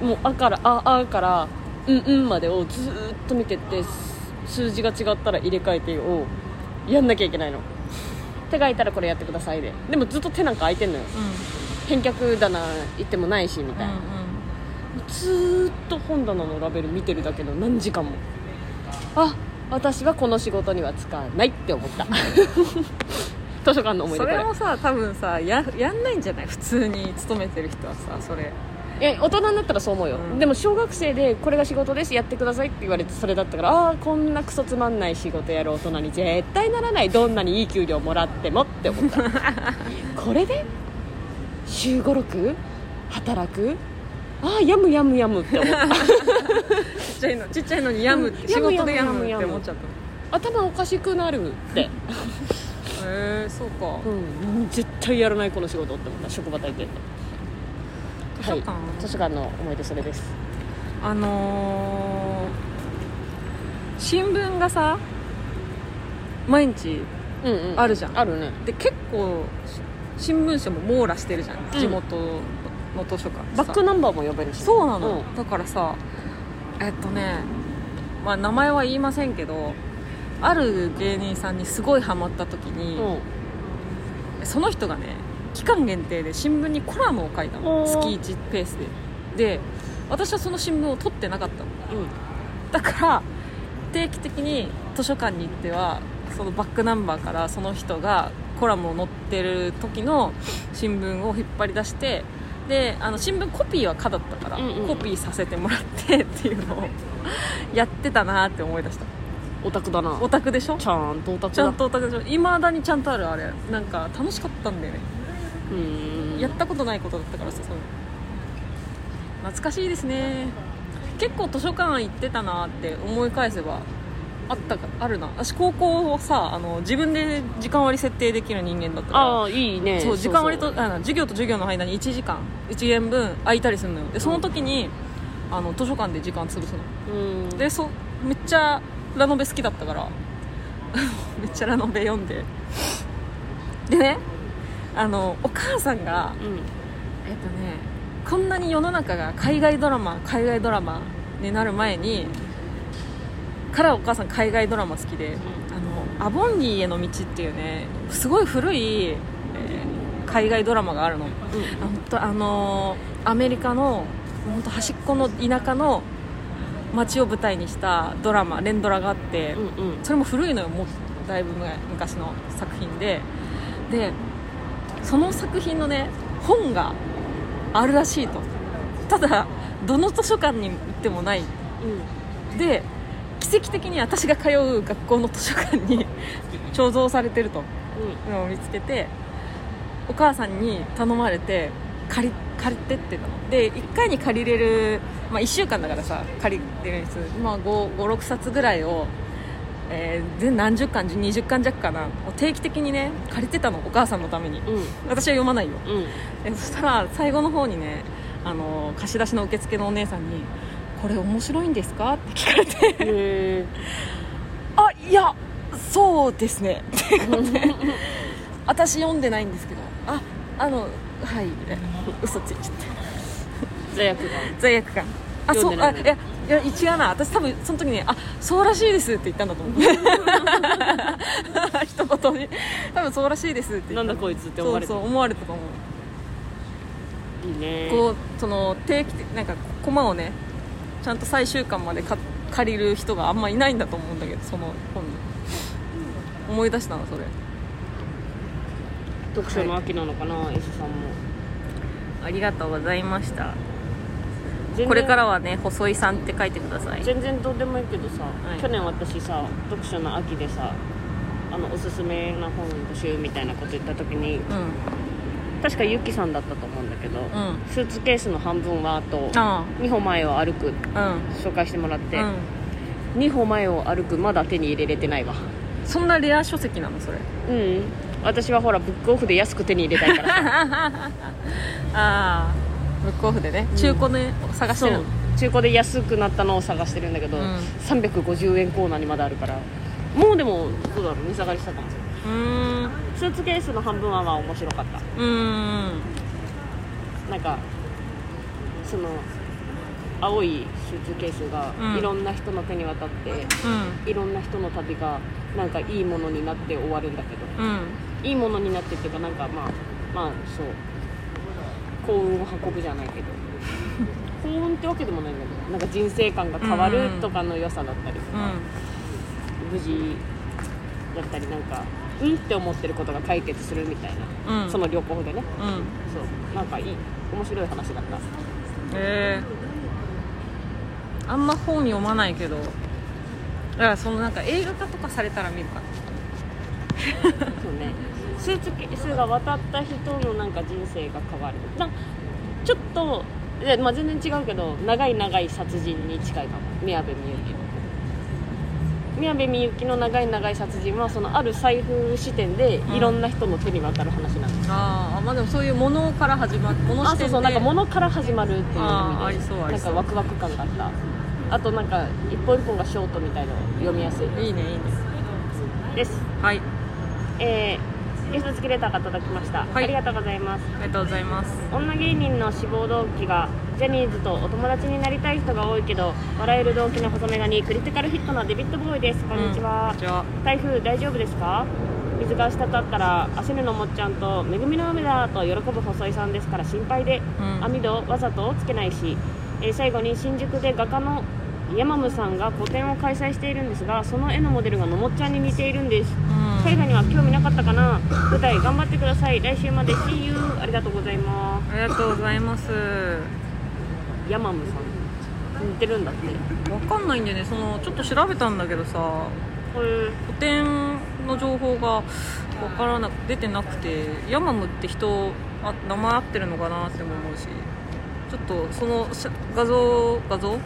S1: もう「あ」から「あ」あから「うんうん」までをずーっと見てってす数字が違ったら入れ替えてをやんなきゃいけないの手が空いたらこれやってくださいででもずっと手なんか空いてんのよ返却棚行ってもないしみたいな、ずーっと本棚のラベル見てるだけの何時間もあ私はこの仕事には使わないって思った (laughs) 図書館の思い出
S2: そ
S1: これ
S2: れもさ多分さややんないんじゃない普通に勤めてる人はさそれ
S1: いや大人になったらそう思うよ、
S2: うん
S1: でも小学生でこれが仕事ですやってくださいって言われてそれだったからああーこんなクソつまんない仕事やる大人に絶対ならないどんなにいい給料もらってもって思った
S2: (laughs)
S1: これで週56働くああやむやむやむって
S2: (laughs)
S1: 思った
S2: ちっちゃいのちっちゃいのにやむって、
S1: うん
S2: 仕事で
S1: や
S2: や
S1: む
S2: む
S1: やむ
S2: って思っちゃっ
S1: 頭おかしくなるって、
S2: たへえそうか
S1: うん、絶対やらないこの仕事って思った職場体験で
S2: 図書館、
S1: はい、図書館の思い出それです
S2: あのー新聞がさ毎日
S1: うんうん
S2: あるじゃん
S1: あるね
S2: で結構し新聞社も網羅してるじゃん、地元の図書館ってさ
S1: バックナンバーも呼べるし
S2: そうなの、
S1: ん
S2: だからさえっとね、まあ、名前は言いませんけどある芸人さんにすごいハマった時に、
S1: うん
S2: その人がね期間限定で新聞にコラムを書いた
S1: お
S2: の
S1: ー
S2: 月1ペースでで私はその新聞を取ってなかったの
S1: うん
S2: だから定期的に図書館に行ってはそのバックナンバーからその人がコラムを載ってる時の新聞を引っ張り出してであの新聞コピーは可だったから、
S1: うんうん
S2: コピーさせてもらってっていうのを (laughs) やってたなって思い出した
S1: オタクだな
S2: オタクでしょ
S1: ちゃんとオタク
S2: ちゃ
S1: だ
S2: んとオタクでしょいまだにちゃんとあるあれなんか楽しかったんだよね、
S1: うーん
S2: やったことないことだったからさそう懐かしいですね結構図書館行ってたなって思い返せばあったかあるな私高校はさあの自分で時間割り設定できる人間だったから
S1: ああいいね
S2: そう時間割
S1: そ
S2: と
S1: う
S2: あの授業と授業の間に1時間1円分空いたりするのよでその時に、あの図書館で時間潰すの
S1: そううん
S2: でそめっちゃラノベ好きだったから (laughs) めっちゃラノベ読んででねあのお母さんが
S1: う
S2: えっとねこんなに世の中が海外ドラマ海外ドラマになる前にからお母さん海外ドラマ好きで「あのアボンギーへの道」っていうねすごい古い、えー海外ドラマがあるの本当あのーアメリカの本当端っこの田舎の街を舞台にしたドラマ連ドラがあって、
S1: んうん
S2: それも古いのよもうだいぶ前昔の作品ででその作品のね本があるらしいとただどの図書館に行ってもないで奇跡的に私が通う学校の図書館に (laughs) 貯蔵されてると
S1: う
S2: のを見つけてお母さんに頼まれて借り借りてってたので1回に借りれる、まあ、1週間だからさ借りれるやつ、まあ、56冊ぐらいを、えー全何十巻20巻弱かなを定期的にね借りてたのお母さんのために
S1: うん
S2: 私は読まないよ
S1: うん
S2: でそしたら最後の方にねあの貸し出しの受付のお姉さんに「これ面白いんですか?」って聞かれて
S1: へ
S2: あいやそうですねってことで (laughs) 私読んでないんですけどああのはいみたいな嘘ついちゃって
S1: 罪悪
S2: 罪悪感あ
S1: 読
S2: そ
S1: んで
S2: う
S1: な
S2: あ
S1: いの
S2: いやいや違うな私多分その時にあそうらしいですって言ったんだと思う (laughs) 一言に多分そうらしいですって言
S1: な
S2: った
S1: んだ
S2: だ
S1: こいつって思われて
S2: そう
S1: る
S2: そう思われたと思う
S1: いいね
S2: こうその定期的なんかコマをねちゃんと最終巻までか借りる人があんまいないんだと思うんだけどその本思い出したのそれ
S1: 読書の秋なのかな、伊勢さんも
S2: ありがとうございました
S1: 全然
S2: これからはね細井さんって書いてください
S1: 全然どうでもいいけどさ、
S2: い
S1: 去年私さ読書の秋でさあのおすすめな本募集みたいなこと言った時に
S2: うん
S1: 確かゆきさんだったと思うんだけど、
S2: うん
S1: スーツケースの半分はと
S2: あ
S1: 2歩前を歩く
S2: あ
S1: 紹介してもらっ
S2: う
S1: て、
S2: んうん
S1: 2歩前を歩くまだ手に入れれてないわ
S2: そんなレア書籍なのそれ
S1: うん私はほらブックオフで安く手に入れたい
S2: (laughs)
S1: からさ
S2: ああブックオフでね中古で探して
S1: そ
S2: るの
S1: う中古で安くなったのを探してるんだけど、
S2: うん
S1: 350円コーナーにまだあるからもうでもどうだろう値下がりしたかもしれないう
S2: ーん
S1: スーツケースの半分はまあ面白かった
S2: うーん
S1: なんかその青いスーツケースが
S2: うん
S1: いろんな人の手に渡って、
S2: うん
S1: いろんな人の旅がなんかいいものになって終わるんだけど
S2: うん
S1: いいものになってっていうかなんかまあまあそう幸運を運ぶじゃないけ
S2: (laughs)
S1: ど幸運ってわけでもないんだけどなんか人生観が変わるとかの良さだったりと
S2: う
S1: か、無事だったりなんかうんって思ってることが解決するみたいな、
S2: うん
S1: その旅行でね
S2: んうん
S1: そうなんかいい面白い話だった
S2: えー、あんま本読まないけどだからそのなんか映画化とかされたら見るかな
S1: そうねスーツケースが渡った人のなんか人生が変わるなちょっと、えまあ、全然違うけど長い長い殺人に近いかも宮部みゆき宮部みゆきの長い長い殺人はそのある財布視点で
S2: うん
S1: いろんな人の手に渡る話なんです、
S2: あーまあでもそういうものから始まるもの
S1: あ
S2: 視
S1: そう
S2: 点
S1: そうなんか
S2: も
S1: 物から始まるっていう意味で
S2: あーありそうあり
S1: なん
S2: そ
S1: か
S2: う
S1: ワクワク感があったあとなんか一本一本がショートみたいの読みやすい
S2: いいねいいね
S1: です
S2: はい
S1: えー、ゲスト付きレターが届きました、
S2: はい
S1: ありがとうございます
S2: ありがとうございます
S1: 女芸人の志望動機がジャニーズとお友達になりたい人が多いけど笑える動機の細眼鏡クリティカルヒットのデビッド・ボーイですこんにちは、
S2: じゃあ
S1: 台風大丈夫ですか水が滴ったら焦るのもっちゃんと恵みの雨だと喜ぶ細井さんですから心配で
S2: うん
S1: 網戸をわざとつけないし、えー最後に新宿で画家のヤマムさんが個展を開催しているんですがその絵のモデルがのもっちゃんに似ているんです
S2: うん
S1: 海外には興味なかったかな舞台頑張ってください来週まで See you ありがとうございます
S2: ありがとうございます
S1: ヤマムさん似てるんだって
S2: わかんないんでねそのちょっと調べたんだけどさ
S1: これ
S2: 古典の情報がわからなく出てなくてヤマムって人あ名前合ってるのかなっても思うしちょっとそのし画像画像
S1: うん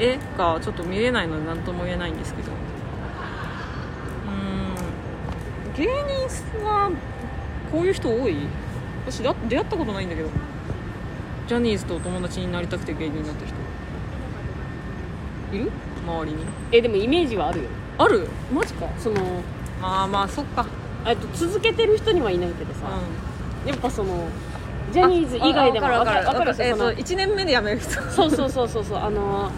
S2: 絵がちょっと見れないので何とも言えないんですけどうーん芸人はこういう人多い私だ出会ったことないんだけどジャニーズとお友達になりたくて芸人になった人いる周りに
S1: えでもイメージはあるよ
S2: あるマジか
S1: その
S2: ああまあそっか
S1: えっと続けてる人にはいないけどさ、
S2: う
S1: やっぱそのジャニーズ以外でも
S2: あわかる
S1: わ
S2: わ
S1: か
S2: かるわ
S1: る
S2: かる
S1: で
S2: え
S1: しょ
S2: っ
S1: そ
S2: と
S1: の
S2: 1年目で辞める人
S1: そうそうそうそうそうあの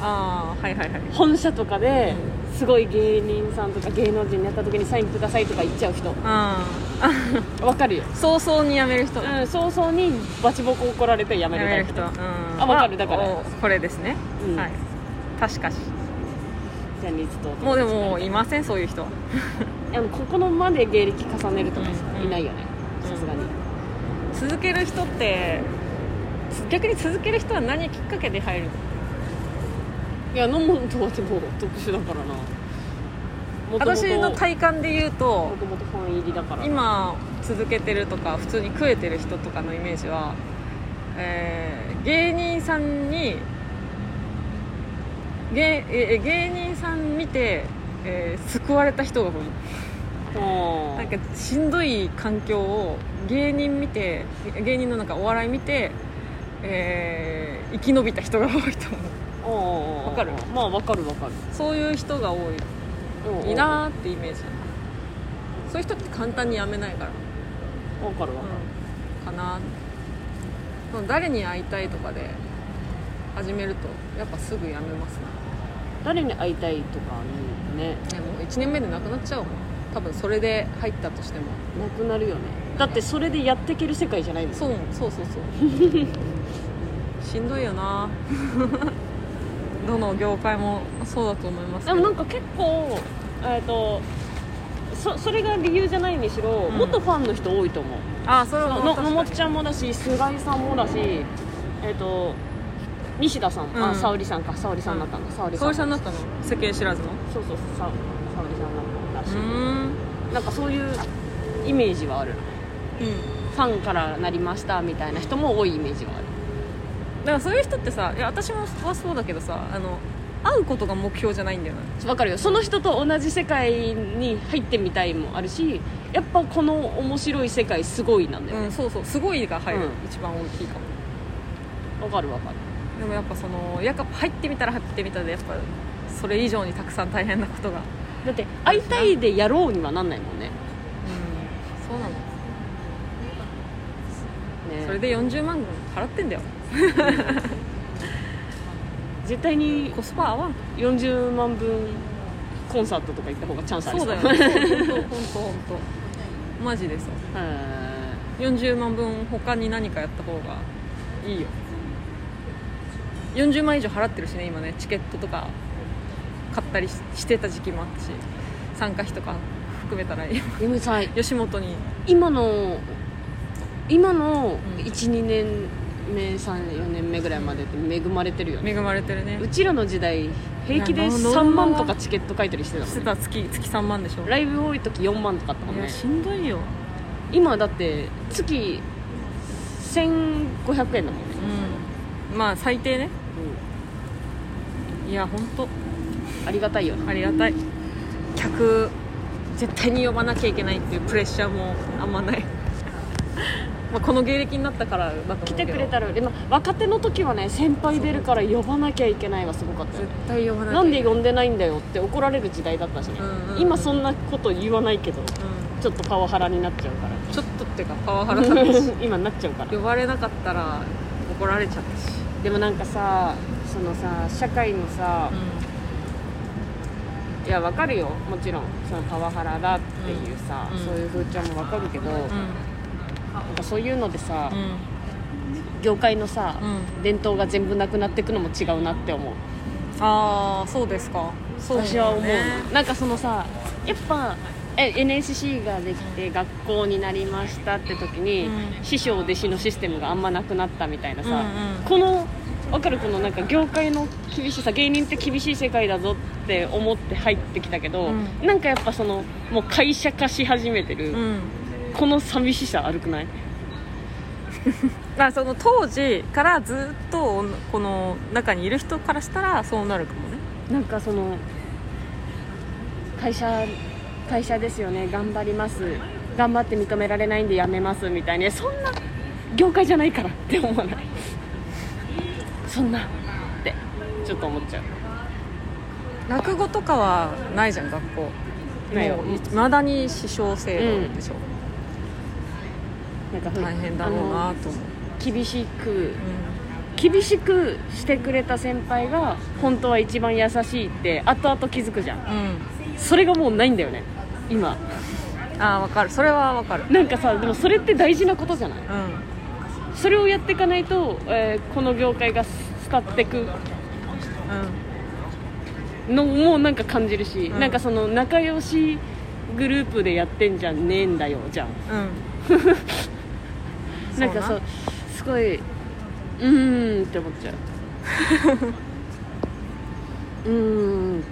S2: ああはいはいはい
S1: 本社とかですごい芸人さんとか芸能人になった時にサインくださいとか言っちゃう人わかるよ
S2: うん早々に辞める人
S1: うん早々にバチボコ怒られてやめ
S2: や
S1: る
S2: め
S1: タイ
S2: る
S1: プ
S2: 人、うん、
S1: あわかるだから
S2: おこれですね、
S1: うん
S2: はい確かし
S1: ジャニーズと
S2: もうでもいませんそういう人
S1: あのここのまで芸歴重ねるとかさ
S2: うん
S1: いないよね
S2: うん
S1: さすがに
S2: 続ける人ってつ逆に続ける人は何きっかけで入るの
S1: いや飲むとはでも特殊だからなもともと
S2: 私の体感で言うと
S1: もともとファン入りだから
S2: 今続けてるとか普通に食えてる人とかのイメージは、えー芸人さんに芸えー芸人さん見て、えー救われた人が多い
S1: お
S2: なん
S1: ー
S2: かしんどい環境を芸人見て芸人のなんかお笑い見て、えー生き延びた人が多いと
S1: お
S2: 思う
S1: ー
S2: わかる
S1: まあわかるわかる
S2: そういう人が多い
S1: おー
S2: いいなーってイメージそういう人って簡単にやめないから
S1: わかるわか
S2: かなその誰に会いたいとかで始めるとやっぱすぐやめます
S1: る誰に会いたいとかね
S2: ねねもう1年目でなくなっちゃうもん多分それで入ったとしても
S1: なくなるよねだってそれでやっていける世界じゃないもん
S2: そうそうそうそう (laughs) しんどいよ (laughs) などの業界もそうだと思います
S1: で
S2: けど
S1: もなんか結構えっとそそれが理由じゃないにしろ、
S2: うん
S1: 元ファンの人多いと思う
S2: あそれ
S1: の
S2: は
S1: の
S2: 確か
S1: 野
S2: に
S1: 本ちゃんもだし菅井さんもだしえっ、と西田さん、
S2: う
S1: あ
S2: ん
S1: 沙織さんか沙織さんだったんだ沙織
S2: 沙
S1: さん
S2: 織さんだったの世間知らずの
S1: そうそうさ沙織さんだった
S2: う
S1: し、
S2: ーん
S1: なんかそういうイメージはあるファンからなりましたみたいな人も多いイメージがある
S2: だからそういう人ってさいや私もはそうだけどさあの会うことが目標じゃないんだよな
S1: わかるよその人と同じ世界に入ってみたいもあるしやっぱこの面白い世界すごいなんだよ
S2: う
S1: ね
S2: ん、そうそうすごいが入る、
S1: うん
S2: 一番大きいかも
S1: わ、かるわかる
S2: でもやっぱそのやっぱ入ってみたら入ってみたでやっぱそれ以上にたくさん大変なことが、うん、
S1: だって会いたいでやろうにはなんないもんね
S2: そうなの、
S1: ね
S2: それで40万払ってんだよ
S1: 絶対に
S2: コスパ合わん
S1: 40万分コンサートとか行った方がチャンスあり
S2: そうだ
S1: (laughs)
S2: よ
S1: ね、
S2: 本当本当本当マジでそう
S1: うん
S2: 40万分他に何かやった方がいいよ40万以上払ってるしね今ねチケットとか買ったりししてた時期もあったし参加費とか含めたら今
S1: でもさ
S2: 吉本に
S1: 今の今の
S2: うん
S1: 12、年目34年目ぐらいまでって恵まれてるよね
S2: 恵まれてるね
S1: うちらの時代平気で
S2: なんか
S1: 3万とかチケット書いたりしてたも
S2: し
S1: ん
S2: て
S1: ね
S2: た月月3万でしょ
S1: ライブ多い時4万とかあったもん
S2: いや
S1: ね
S2: しんどいよ
S1: 今だって月1500円だもんね、
S2: うんまあ最低ねいや本当
S1: ありがたいよね
S2: ありがたい客絶対に呼ばなきゃいけないっていうプレッシャーもあんまない (laughs) まあこの芸歴になったからだと思うけ
S1: 来
S2: ど
S1: てくれたらでも若手の時はね先輩出るから呼ばなきゃいけないはすごかったよね
S2: 絶対呼ばなきゃ
S1: ないん
S2: け
S1: で呼んでないんだよって怒られる時代だったしね、
S2: うんうんうん
S1: 今そんなこと言わないけど
S2: う
S1: ちょっとパワハラになっちゃうから
S2: ん、ちょっとっていうかパワハラ
S1: (laughs)
S2: だったし
S1: 今なっちゃうから
S2: 呼ばれなかったら怒られちゃったし、
S1: でもなんかさそのさ社会のさ、いやわかるよもちろんそのパワハラだっていうさ、
S2: うん
S1: そういう風潮もわかるけど、
S2: う
S1: なん
S2: ん
S1: かそういうのでさ、
S2: うん
S1: 業界のさ、
S2: う
S1: 伝統が全部なくなっていくのも違うなって思う
S2: ああそうですかそうだよね
S1: 私は思う、なんかそのさやっぱえ NSC ができて学校になりましたって時に、
S2: うん
S1: 師匠弟子のシステムがあんまなくなったみたいなさ、
S2: うんうん
S1: このわかるこのなんか業界の厳しさ芸人って厳しい世界だぞって思って入ってきたけど、
S2: うん
S1: なんかやっぱそのもう会社化し始めてる、
S2: うん
S1: この寂しさ悪くない
S2: だからその当時からずっとこの中にいる人からしたらそうなるかもね
S1: なんかその会社会社ですよね頑張ります頑張って認められないんで辞めますみたいにそんな業界じゃないからって思わないそんなってちょっと思っちゃう
S2: 落語とかはないじゃん学校
S1: ないよ
S2: もういまだに師匠制度でしょ、
S1: なんかふ
S2: 大変だろう
S1: あ
S2: な
S1: の
S2: と思う、
S1: 厳しく
S2: う
S1: 厳しくしてくれた先輩が本当は一番優しいって後々気づくじゃん
S2: ん
S1: それがもうないんだよね今
S2: うん、ああ分かるそれは分かる
S1: なんかさでもそれって大事なことじゃない
S2: うん
S1: それをやっていかないと、えーこの業界が使っていくのもなんか感じるし、
S2: うん
S1: なんかその仲良しグループでやってんじゃねえんだよじゃん
S2: うん
S1: (laughs)
S2: うん
S1: なんかそうすごいうーんって思っち
S2: (laughs)
S1: ゃううーんっ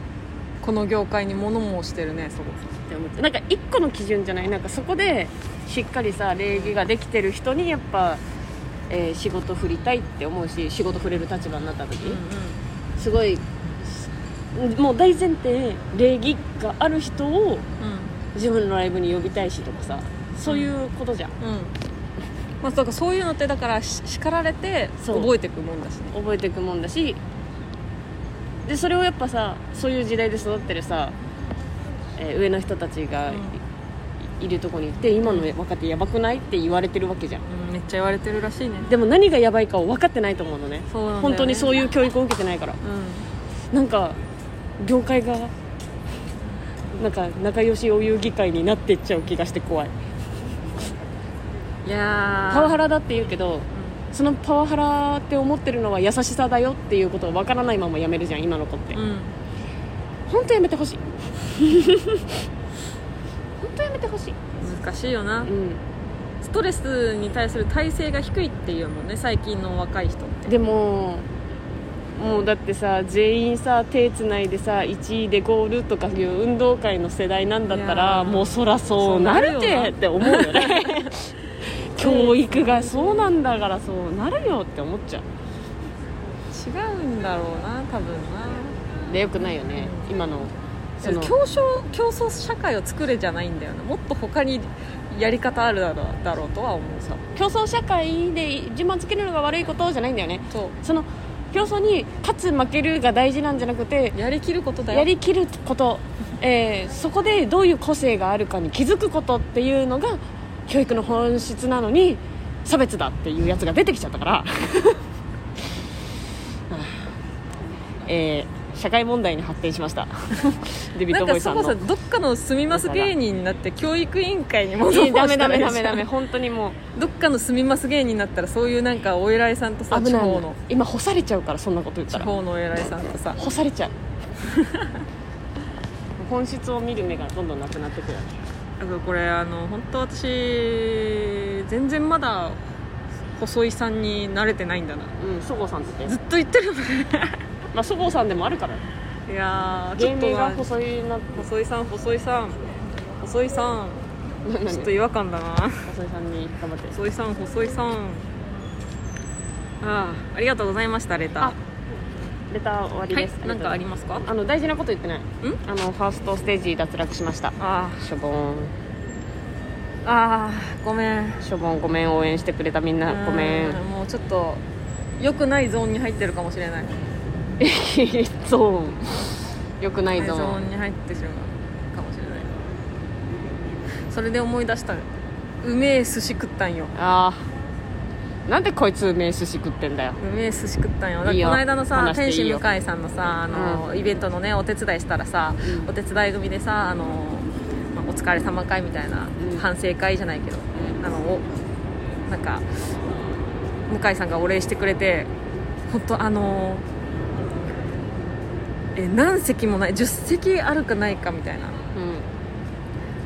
S2: この業界に物申してるねそこ
S1: て思っちゃうなんか一個の基準じゃないなんかそこでしっかりさ礼儀ができてる人にやっぱ、えー仕事振りたいって思うし仕事振れる立場になった時、すごいすもう大前提礼儀がある人を自分のライブに呼びたいしとかさそういうことじゃん、
S2: うんうんまあ、だからそういうのってだからし叱られて
S1: そう
S2: 覚えていくもんだしね
S1: 覚えていくもんだしでそれをやっぱさそういう時代で育ってるさ、えー上の人たちがい,、るとこに行って今の若手やばくないって言われてるわけじゃん
S2: うん、めっちゃ言われてるらしいね
S1: でも何がやばいかを分かってないと思うのね
S2: そうなんだよね
S1: 本当にそういう教育を受けてないから
S2: う
S1: なんか業界がなんか仲良しお遊戯会になってっちゃう気がして怖い
S2: んいやー
S1: パワハラだって言うけどそのパワハラって思ってるのは優しさだよっていうことを分からないままやめるじゃん今の子って、
S2: うん、うん
S1: 本当やめてほ (laughs) しい本当やめてほしい、
S2: 難しいよな
S1: うん、
S2: ストレスに対する耐性が低いっていうもんね最近の若い人って
S1: でももうだってさ全員さ手つないでさ1位でゴールとかいう運動会の世代なんだった
S2: いや
S1: ら
S2: ー
S1: もうそらそうなる
S2: そうなるよな
S1: てって思うよね (laughs) 教育がそうなんだからそうなるよって思っちゃう
S2: 違うんだろうな多分な
S1: でよくないよね今のその
S2: 競争競争社会を作れじゃないんだよねもっと他にやり方あるだろうだろうとは思うさ
S1: 競争社会で順番つけるのが悪いことじゃないんだよね
S2: そ
S1: その競争に勝つ負けるが大事なんじゃなくて
S2: うやりきることだよ
S1: やりきること、えーそこでどういう個性があるかに気づくことっていうのが教育の本質なのに差別だっていうやつが出てきちゃったから (laughs) えー社会問題に発展しました
S2: (laughs)
S1: デビッ
S2: な
S1: ド・
S2: ん
S1: ボー
S2: か
S1: イさ
S2: そ
S1: んの
S2: こさどっかの住みます芸人になって教育委員会に戻
S1: い
S2: ろう
S1: やダ
S2: と
S1: メ
S2: し
S1: ダ
S2: たら
S1: メ
S2: いいじゃ
S1: ダ
S2: ん
S1: メダメ本当にもう
S2: どっかの住みます芸人になったらそういうなんかお偉いさんとさ
S1: 危
S2: 地
S1: ない
S2: 方
S1: の
S2: の
S1: 今干されちゃうからそんなこと言った
S2: 地
S1: ら
S2: 方のお偉いさんとさ
S1: 干されちゃう (laughs) 本質を見る目がどんどんなくなってくるよね
S2: だからこれあの本当私全然まだ細井さんに慣れてないんだな
S1: うんそごうさんって言っ
S2: ず
S1: て
S2: っと言ってるよね
S1: まあそごうさんでもあるから
S2: いやーち
S1: 芸
S2: ょっと
S1: 名が
S2: な
S1: 細いな
S2: 細井さん細井さん細井さん
S1: 何
S2: ちょっと違和感だな
S1: 細井さんに頑張って
S2: 細井さん細井さんああありがとうございましたレター
S1: あレター終わり
S2: は
S1: です、
S2: いなんかありますか
S1: あの大事なこと言ってないあのファーストステージ脱落しました
S2: あ
S1: しょぼーん
S2: あああごめん
S1: しょぼんごめん応援してくれたみんなごめ
S2: うん
S1: ん (laughs)
S2: もうちょっと良くないゾーンに入ってるかもしれない
S1: ゾーンよくないゾ
S2: ゾ
S1: ー
S2: ー
S1: ン
S2: ンに入ってしまうかもしれないそれで思い出したうめえ寿司食ったんよ
S1: あーなんでこいつ名寿司食ってんだよ
S2: うめえ寿司食ったんよだから
S1: いいよ
S2: この間のさ
S1: 話して
S2: 天
S1: いい
S2: 使
S1: よ
S2: 向井さんのさあの、イベントのねお手伝いしたらさ、
S1: うん
S2: お手伝い組でさあの、まあお疲れ様会みたいな、
S1: うん
S2: 反省会じゃないけど、あのおなんか向井さんがお礼してくれて本当あのえ何席もない10席あるかないかみたいな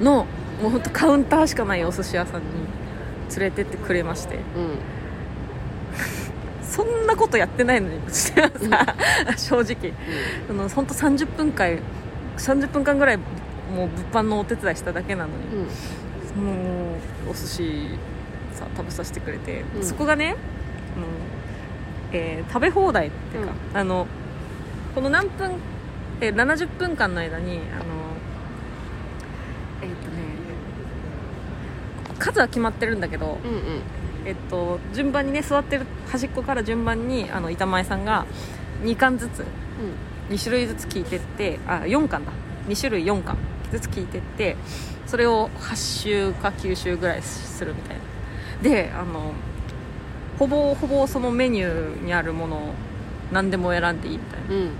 S1: う
S2: のもうほんとカウンターしかないお寿司屋さんに連れてってくれまして
S1: んうん
S2: そんなことやってないのに正直そのほんと30分間30分間ぐらいもう物販のお手伝いしただけなのに、
S1: うん
S2: もうお寿司さ食べさせてくれて、
S1: うん
S2: そこがね、あのえー食べ放題っていうか、あのこの何分、えー70分間の間にあのえーっとね数は決まってるんだけど、
S1: うんうん
S2: えっと、順番にね座ってる端っこから順番にあの板前さんが2巻ずつ2種類ずつ聞いてってあ4巻だ2種類4巻ずつ聞いてってそれを8週か9週ぐらいするみたいなであのほぼほぼそのメニューにあるものを何でも選んでいいみたいな
S1: うんうん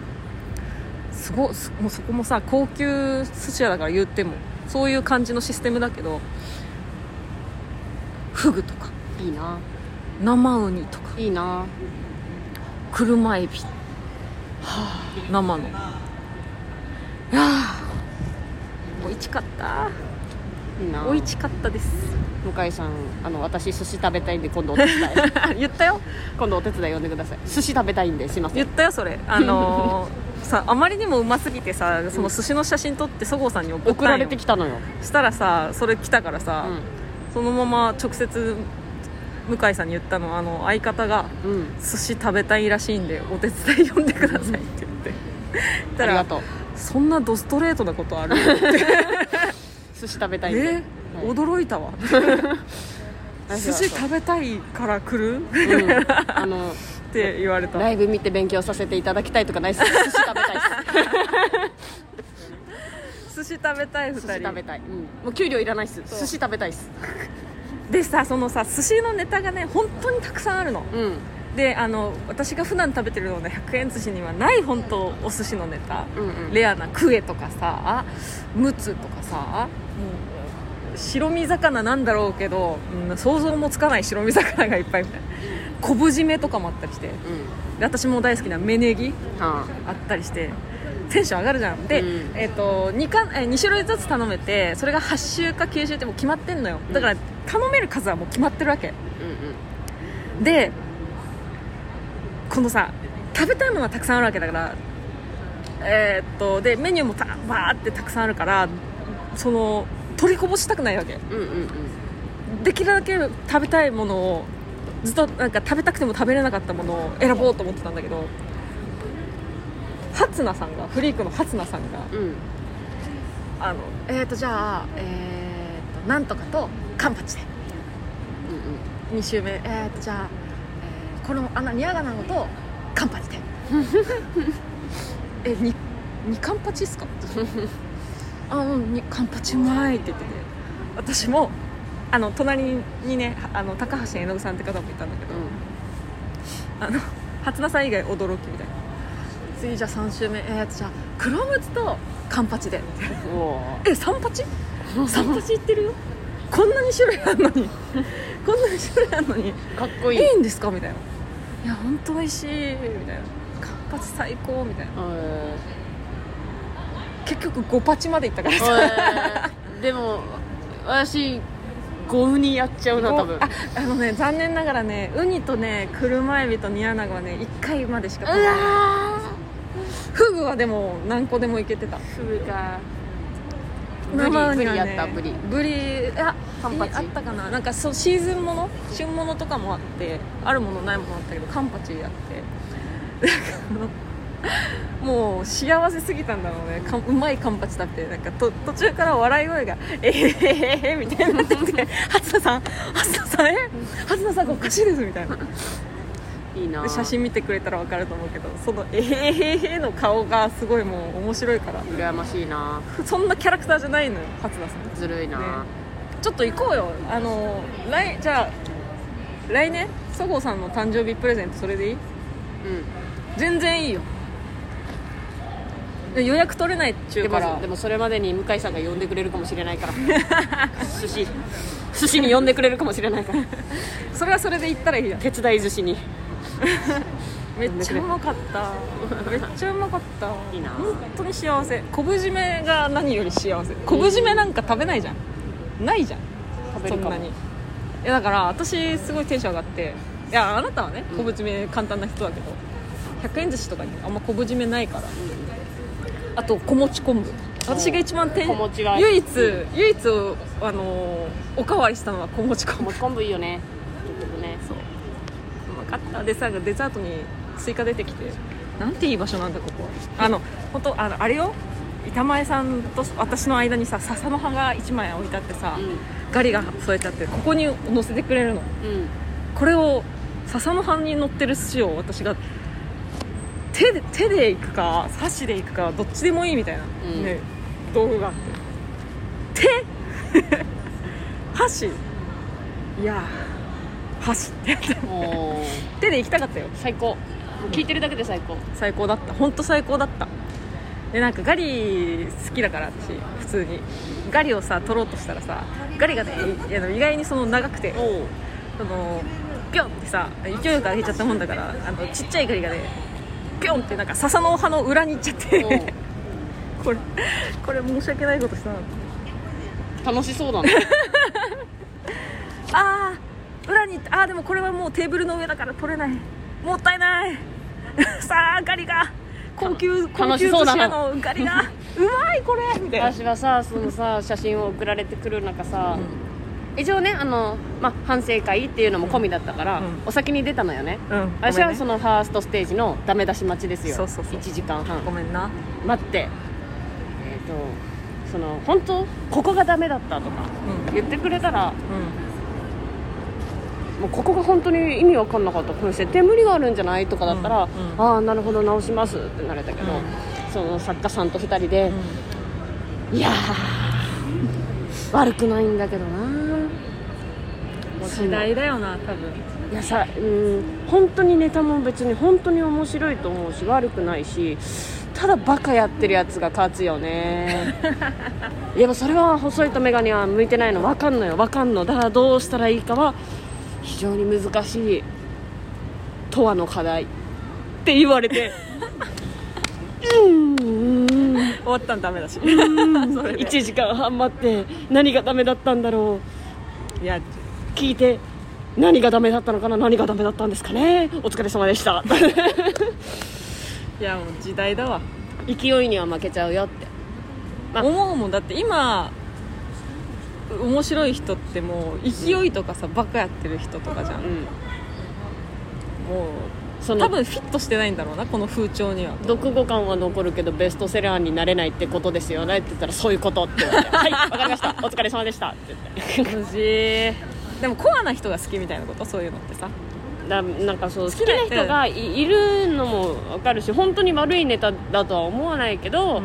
S2: すごすもうそこもさ高級寿司屋だから言ってもそういう感じのシステムだけどフグとか
S1: いいな
S2: 生ウニとか
S1: いいな
S2: 車エビ、生のいやー美味しかった
S1: いいな
S2: 美味しかったです (laughs)
S1: 向井さんあの私寿司食べたいんで今度お手伝い
S2: 言ったよ
S1: 今度お手伝い呼んでください寿司食べたいんですいませ
S2: 言
S1: ん
S2: ったよそれあの
S3: (laughs)
S2: ーさあまりにもうますぎてさその寿司の写真撮ってそごうさんに送ったんよ
S1: 送られてきたのよ、
S2: したらさそれ来たからさ、
S1: うん
S2: そのまま直接向井さんに言ったのあの相方が
S3: うん
S2: 寿司食べたいらしいんでお手伝い呼んでくださいって言って言っ
S3: あ
S2: た
S3: りが
S2: ら
S3: とう
S2: そんなドストレートなこ
S3: (laughs)
S2: とある
S3: 寿司食べたいんで
S2: え、驚いたわ寿司食べたいから来る
S3: べ、うん、あ
S2: (laughs)
S3: の
S2: って言われた
S3: ライブ見て勉強させていただきたいとかないっす寿司食べたいっ
S2: (laughs)
S3: す
S2: 寿司食べたい
S3: 寿司
S2: 2
S3: 食べ
S2: 人
S3: たい、うん、もう給料いらないっす寿
S2: う
S3: 司食べたいっす
S2: でさそのさ寿司のネタがね本当にたくさんあるの
S3: うん
S2: であの私が普段食べてるような100円寿司にはない本当お寿司のネタ、
S3: うんうん
S2: レアなクエとかさムツとかさもう白身魚なんだろうけど、うん想像もつかない白身魚がいっぱいみたいな昆布締めとかもあったりしてで
S3: う
S2: 私も大好きな芽ネギ
S3: んは
S2: あったりしてテンション上がるじゃんで、
S3: うん
S2: えっと 2, かえー2種類ずつ頼めてそれが8種か9種ってもう決まってんのよだから頼める数はもう決まってるわけ
S3: あうん
S2: でこのさ食べたいものはたくさんあるわけだからえーっとでメニューもたバーってたくさんあるからその取りこぼしたくないわけ
S3: うんうんうん
S2: できるだけ食べたいものをずっとなんか食べたくても食べれなかったものを選ぼうと思ってたんだけどハツナさんがフリークのハツナさんが
S3: うんうん
S2: あのえーっとじゃあえーっとなんとかとカンパチで2周目えー、とじゃあ、えーこの穴ニアガナゴとカンパチ (laughs) でえににカンパチっす (laughs) かあうんにカンパチうまいって言ってて私もあの隣にねあの高橋絵の具さんって方もいたんだけど、あの初田さん以外驚きみたいな次じゃあ3周目えー、とじゃあクロムツとカンパチで
S3: うんおー
S2: え三八 (laughs) 三八いってるよこんなに種類あんのに (laughs) こんなに種類あんのに
S3: かっこいい
S2: いいんですかみたいな「いや本当美味しい」みたいな「カンパチ最高」みたいな
S3: うん
S2: 結局5パチまでいったからさ
S3: おいでも私ゴウにやっちゃうな多分
S2: ああのね残念ながらねウニとね車エビと煮アナゴはね1回までしか食べないフグはでも何個でもいけてた
S3: すぐかブ
S2: 生
S3: リ
S2: ウニは
S3: ブ
S2: ね
S3: リやったブリ
S2: ブリあ
S3: カンパチ
S2: あったかななんかそうシーズンもの旬ものとかもあってあるものないものあったけどカンパチやってなんかあのもう幸せすぎたんだろうねかうまいカンパチだってなんかと途中から笑い声が「えへへへへ」みたいになってきて「初田さん初田さんえ初田さんがおかしいです」みたいない
S3: いな
S2: で写真見てくれたら分かると思うけどその「えへへへ」の顔がすごいもう面白いから
S3: 羨ましいな
S2: そんなキャラクターじゃないのよ初田さん
S3: ずるいな、
S2: ねちょっと行こうよあの来じゃあ来年そごうさんの誕生日プレゼントそれでいい全然いいよで予約取れないっち
S3: うんで
S2: ゅうから
S3: もでもそれまでに向井さんが呼んでくれるかもしれない
S2: (laughs)
S3: から寿司寿司に呼んでくれるかもしれないから
S2: それはそれで行ったらいいやん
S3: 手伝い寿司に
S2: めっちゃうまかっためっちゃうまかった
S3: いいな
S2: 本当に幸せ昆布締めが何より幸せ昆布締めなんか食べないじゃんないじゃん
S3: 食べ
S2: そ
S3: る
S2: ん
S3: かも
S2: なにいやだから私すごいテンション上がっていやあなたはね昆布締め簡単な人だけど100円寿司とかにあんま昆布締めないからあと小餅昆布私が一番てん
S3: 小餅が
S2: 唯一唯一あのーおかわりしたのは小餅昆布
S3: もち昆布いいよね結局ね
S2: うまかったでさデザートに追加出てきてなんていい場所なんだここはあの本当あのあれよ板前さんと私の間にさ笹の葉が1枚置いてあってさ、ガリが添えてあってここに乗せてくれるの
S3: うんうん
S2: (laughs) これを笹の葉に乗ってる寿司を私が手で手でいくか箸でいくかどっちでもいいみたいな、
S3: うん
S2: ね、道具があって手 (laughs) 箸いや箸 (laughs) ってやった
S3: おー
S2: 手で行きたかったよ
S3: 最高もう聞いてるだけで最
S2: (laughs)
S3: 高
S2: 最高だった本当最高だったでなんかガリ好きだから私普通にガリをさ取ろうとしたらさガリがねいあの意外にその長くて
S3: お
S2: そのピョンってさ勢いよく上げちゃったもんだからあのちっちゃいガリがねピョンってなんか笹の葉の裏に行っちゃっ
S3: おう
S2: て (laughs) これこれ申し訳ないことしたな
S3: 楽しそうだね
S2: (laughs) あー裏に行ったあーでもこれはもうテーブルの上だから取れないもったいない (laughs) さあガリが高級高
S3: 楽
S2: 級
S3: し
S2: 寿
S3: そうだ
S2: 司
S3: な
S2: 屋のガリがうまいこれみたいな
S3: 私はさそのさ写真を送られてくる中さ、
S1: 一応ねあの、まあ、反省会っていうのも込みだったから、
S2: うんうん
S1: お先に出たのよね
S2: うん
S1: 私はそ
S2: の
S1: のファーストステージのダメ出し待ちですよ
S2: そうそうそう
S1: 1時間半
S2: ごめんな
S1: 待ってえっ、とその本当ここがダメだったとか
S2: うん
S1: 言ってくれたら
S2: う
S1: もうここが本当に意味わかんなかったこの設定無理があるんじゃないとかだったら、
S2: うんうん
S1: ああなるほど直しますってなれたけど、
S2: うん
S1: その作家さんと2人で、
S2: ん
S1: いやー悪くないんだけどな
S2: もう時代だよな多分
S1: いやさうん本当にネタも別に本当に面白いと思うし悪くないしただバカやってるやつが勝つよねでもそれは細いと眼鏡は向いてないの分かんのよ分かんのだからどうしたらいいかは非常に難しい「とわの課題」って言われてうーん
S2: 終わったんダメだし (laughs) それで
S1: 1時間半待って何がダメだったんだろう
S2: いや
S1: 聞いて何がダメだったのかな何がダメだったんですかねお疲れ様でした
S2: いやもう時代だわ
S1: 勢いには負けちゃうよってあ
S2: 思うもんだって今面白い人ってもう勢いとかさバカやってる人とかじゃん
S1: うん
S2: も
S1: そうの
S2: 多分フィットしてないんだろうなこの風潮には
S1: 読語感は残るけどベストセラーになれないってことですよねって言ったらそういうことって言われて (laughs) はいわかりましたお疲れ様でしたって言って
S2: 無事でもコアな人が好きみたいなことそういうのってさ
S1: ななんかそう好き
S2: きな
S1: な人がいいるのも分かるし本当に悪いネタだとは思わないけど、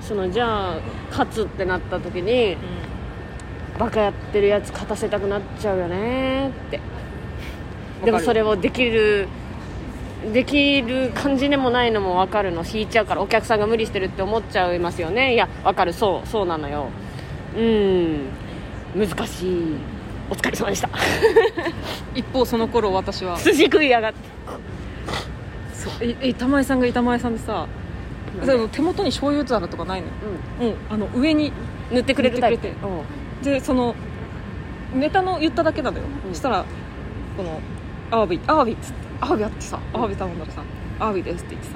S1: そのじゃあ勝つってなった時にバカやってるやつ勝たせたくなっちゃうよねってでもそれをできるできる感じでもないのも分かるの引いちゃうからお客さんが無理してるって思っちゃいますよねいや分かるそうそうなのようん難しいお疲れ様でした (laughs)
S2: 一方その頃私は
S1: 筋食いやがって
S2: そういい板前さんが板前さんでさ、それ手元に醤油皿とかないのよもうあの上に
S1: うん、塗ってくれるタイプ
S2: 塗ってく
S1: うん
S2: でそのネタの言っただけなのよ、
S1: うん
S2: したらこの「アワビアワビ」っつって「アワビあってさアワビ頼んだらさ「アワビです」って言ってさ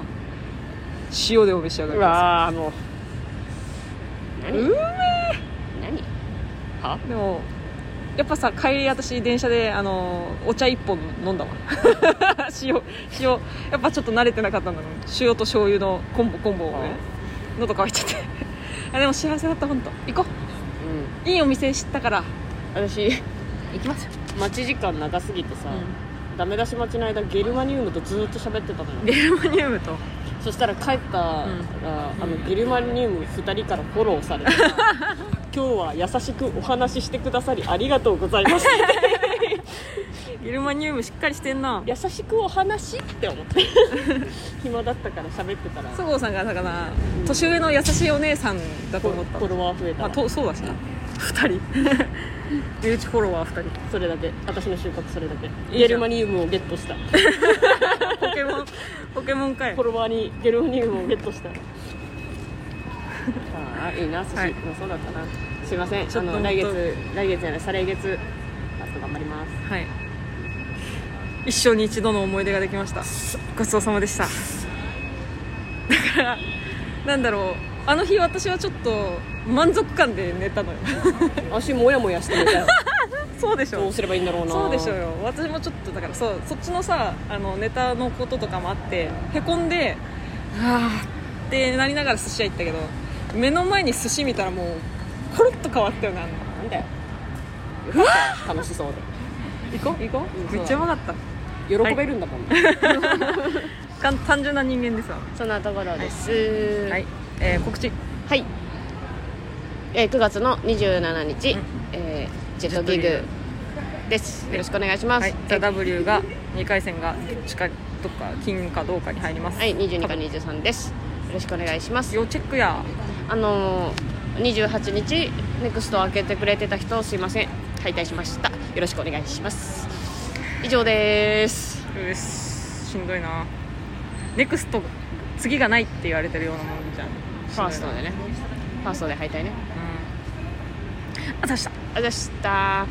S2: 塩でお召し
S1: う
S2: 上がりくださ
S1: わーもう何うめ何
S2: いでもやっぱさ帰り私電車であのお茶一本飲んだわ (laughs) 塩塩やっぱちょっと慣れてなかったんだろう塩と醤油のコンボコンボをね喉乾いちゃって (laughs) あでも幸せだった本当行こういいお店知ったから
S1: うん私
S2: 行きます
S1: 待ち時間長すぎてさ、ダメ出し待ちの間ゲルマニウムとずーっと喋ってたのよ
S2: ゲルマニウムと
S1: そしたら帰ったら、
S2: うん
S1: あのゲルマニウム2人からフォローさ
S2: (laughs)
S1: れて今日は優しくお話ししてくださりありがとうございま
S2: (laughs)
S1: した
S2: ゲルマニウムしっかりしてんな
S1: 優しくお話って思って
S2: (laughs)
S1: 暇だったから喋ってたら
S2: そごうさんがだから年上の優しいお姉さんだ
S1: フ
S2: と思った
S1: ォロワー増えた
S2: まあ、
S1: ら、
S2: とそうだしな2人 (laughs) 身内フォロワー2人
S1: それだけ私の収穫それだけ
S2: ゃん
S1: ゲルマニウムをゲットしたフ
S2: ポケモンポケモンかよ
S1: ォロワーにゲルマニウムをゲットした
S2: (laughs)
S1: ああいいな寿司、
S2: はい
S1: もうそうだったなすいません
S2: ちょ
S1: あ
S2: っと
S1: の来月来月じゃない再来月あと頑張り
S2: (laughs)
S1: ます
S2: はい一生に一度の思い出ができましたごちそうさまでしただからなんだろうあの日私はちょっと満足感で寝たのよ
S1: 足もやもやしてみたよ
S2: (laughs) そうでし
S1: ど
S2: ょ
S1: うすればいいんだろうな
S2: そうでしょうよ私もちょっとだからそうそっちのさあのネタのこととかもあってへこんでああってなりながら寿司屋行ったけど目の前に寿司見たらもうコロッと変わったよねあの
S1: なんだよよかったよ楽しそう
S2: 行こう行こう、
S1: うん
S2: めっちゃうまかった
S1: で喜べるんだもん、
S2: かん単純な人間ですわ
S1: そんなところです
S2: は
S1: はいい、、
S2: えー告知
S1: えー9月の27日、
S2: うん
S1: えージェットギ
S2: ジェッ
S1: グですよろしくお願いします、
S2: は
S1: はいい、
S2: 「ザ・ w が2回戦が近いどっか金かどうかに入ります
S1: はい、22か23ですよろしくお願いします
S2: 要チェックや
S1: あのー、28日ネクストを開けてくれてた人すいません敗退しましたよろしくお願いします以上です
S2: うっすしんどいなネクスト次がないって言われてるようなもんじゃん
S1: ファーストでねファーストで敗退ね
S2: あたした
S1: あざした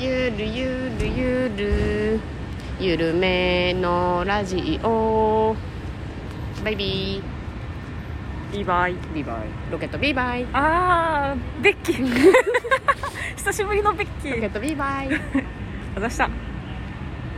S1: ゆるゆるゆるゆるめのラジオバイビ
S2: ビバイ
S1: ービーバイロケットビーバイ (laughs)
S2: あーベッキー
S1: 久しぶりのベッキ
S2: ロケ
S1: ー
S2: ットビーバイ
S1: あざした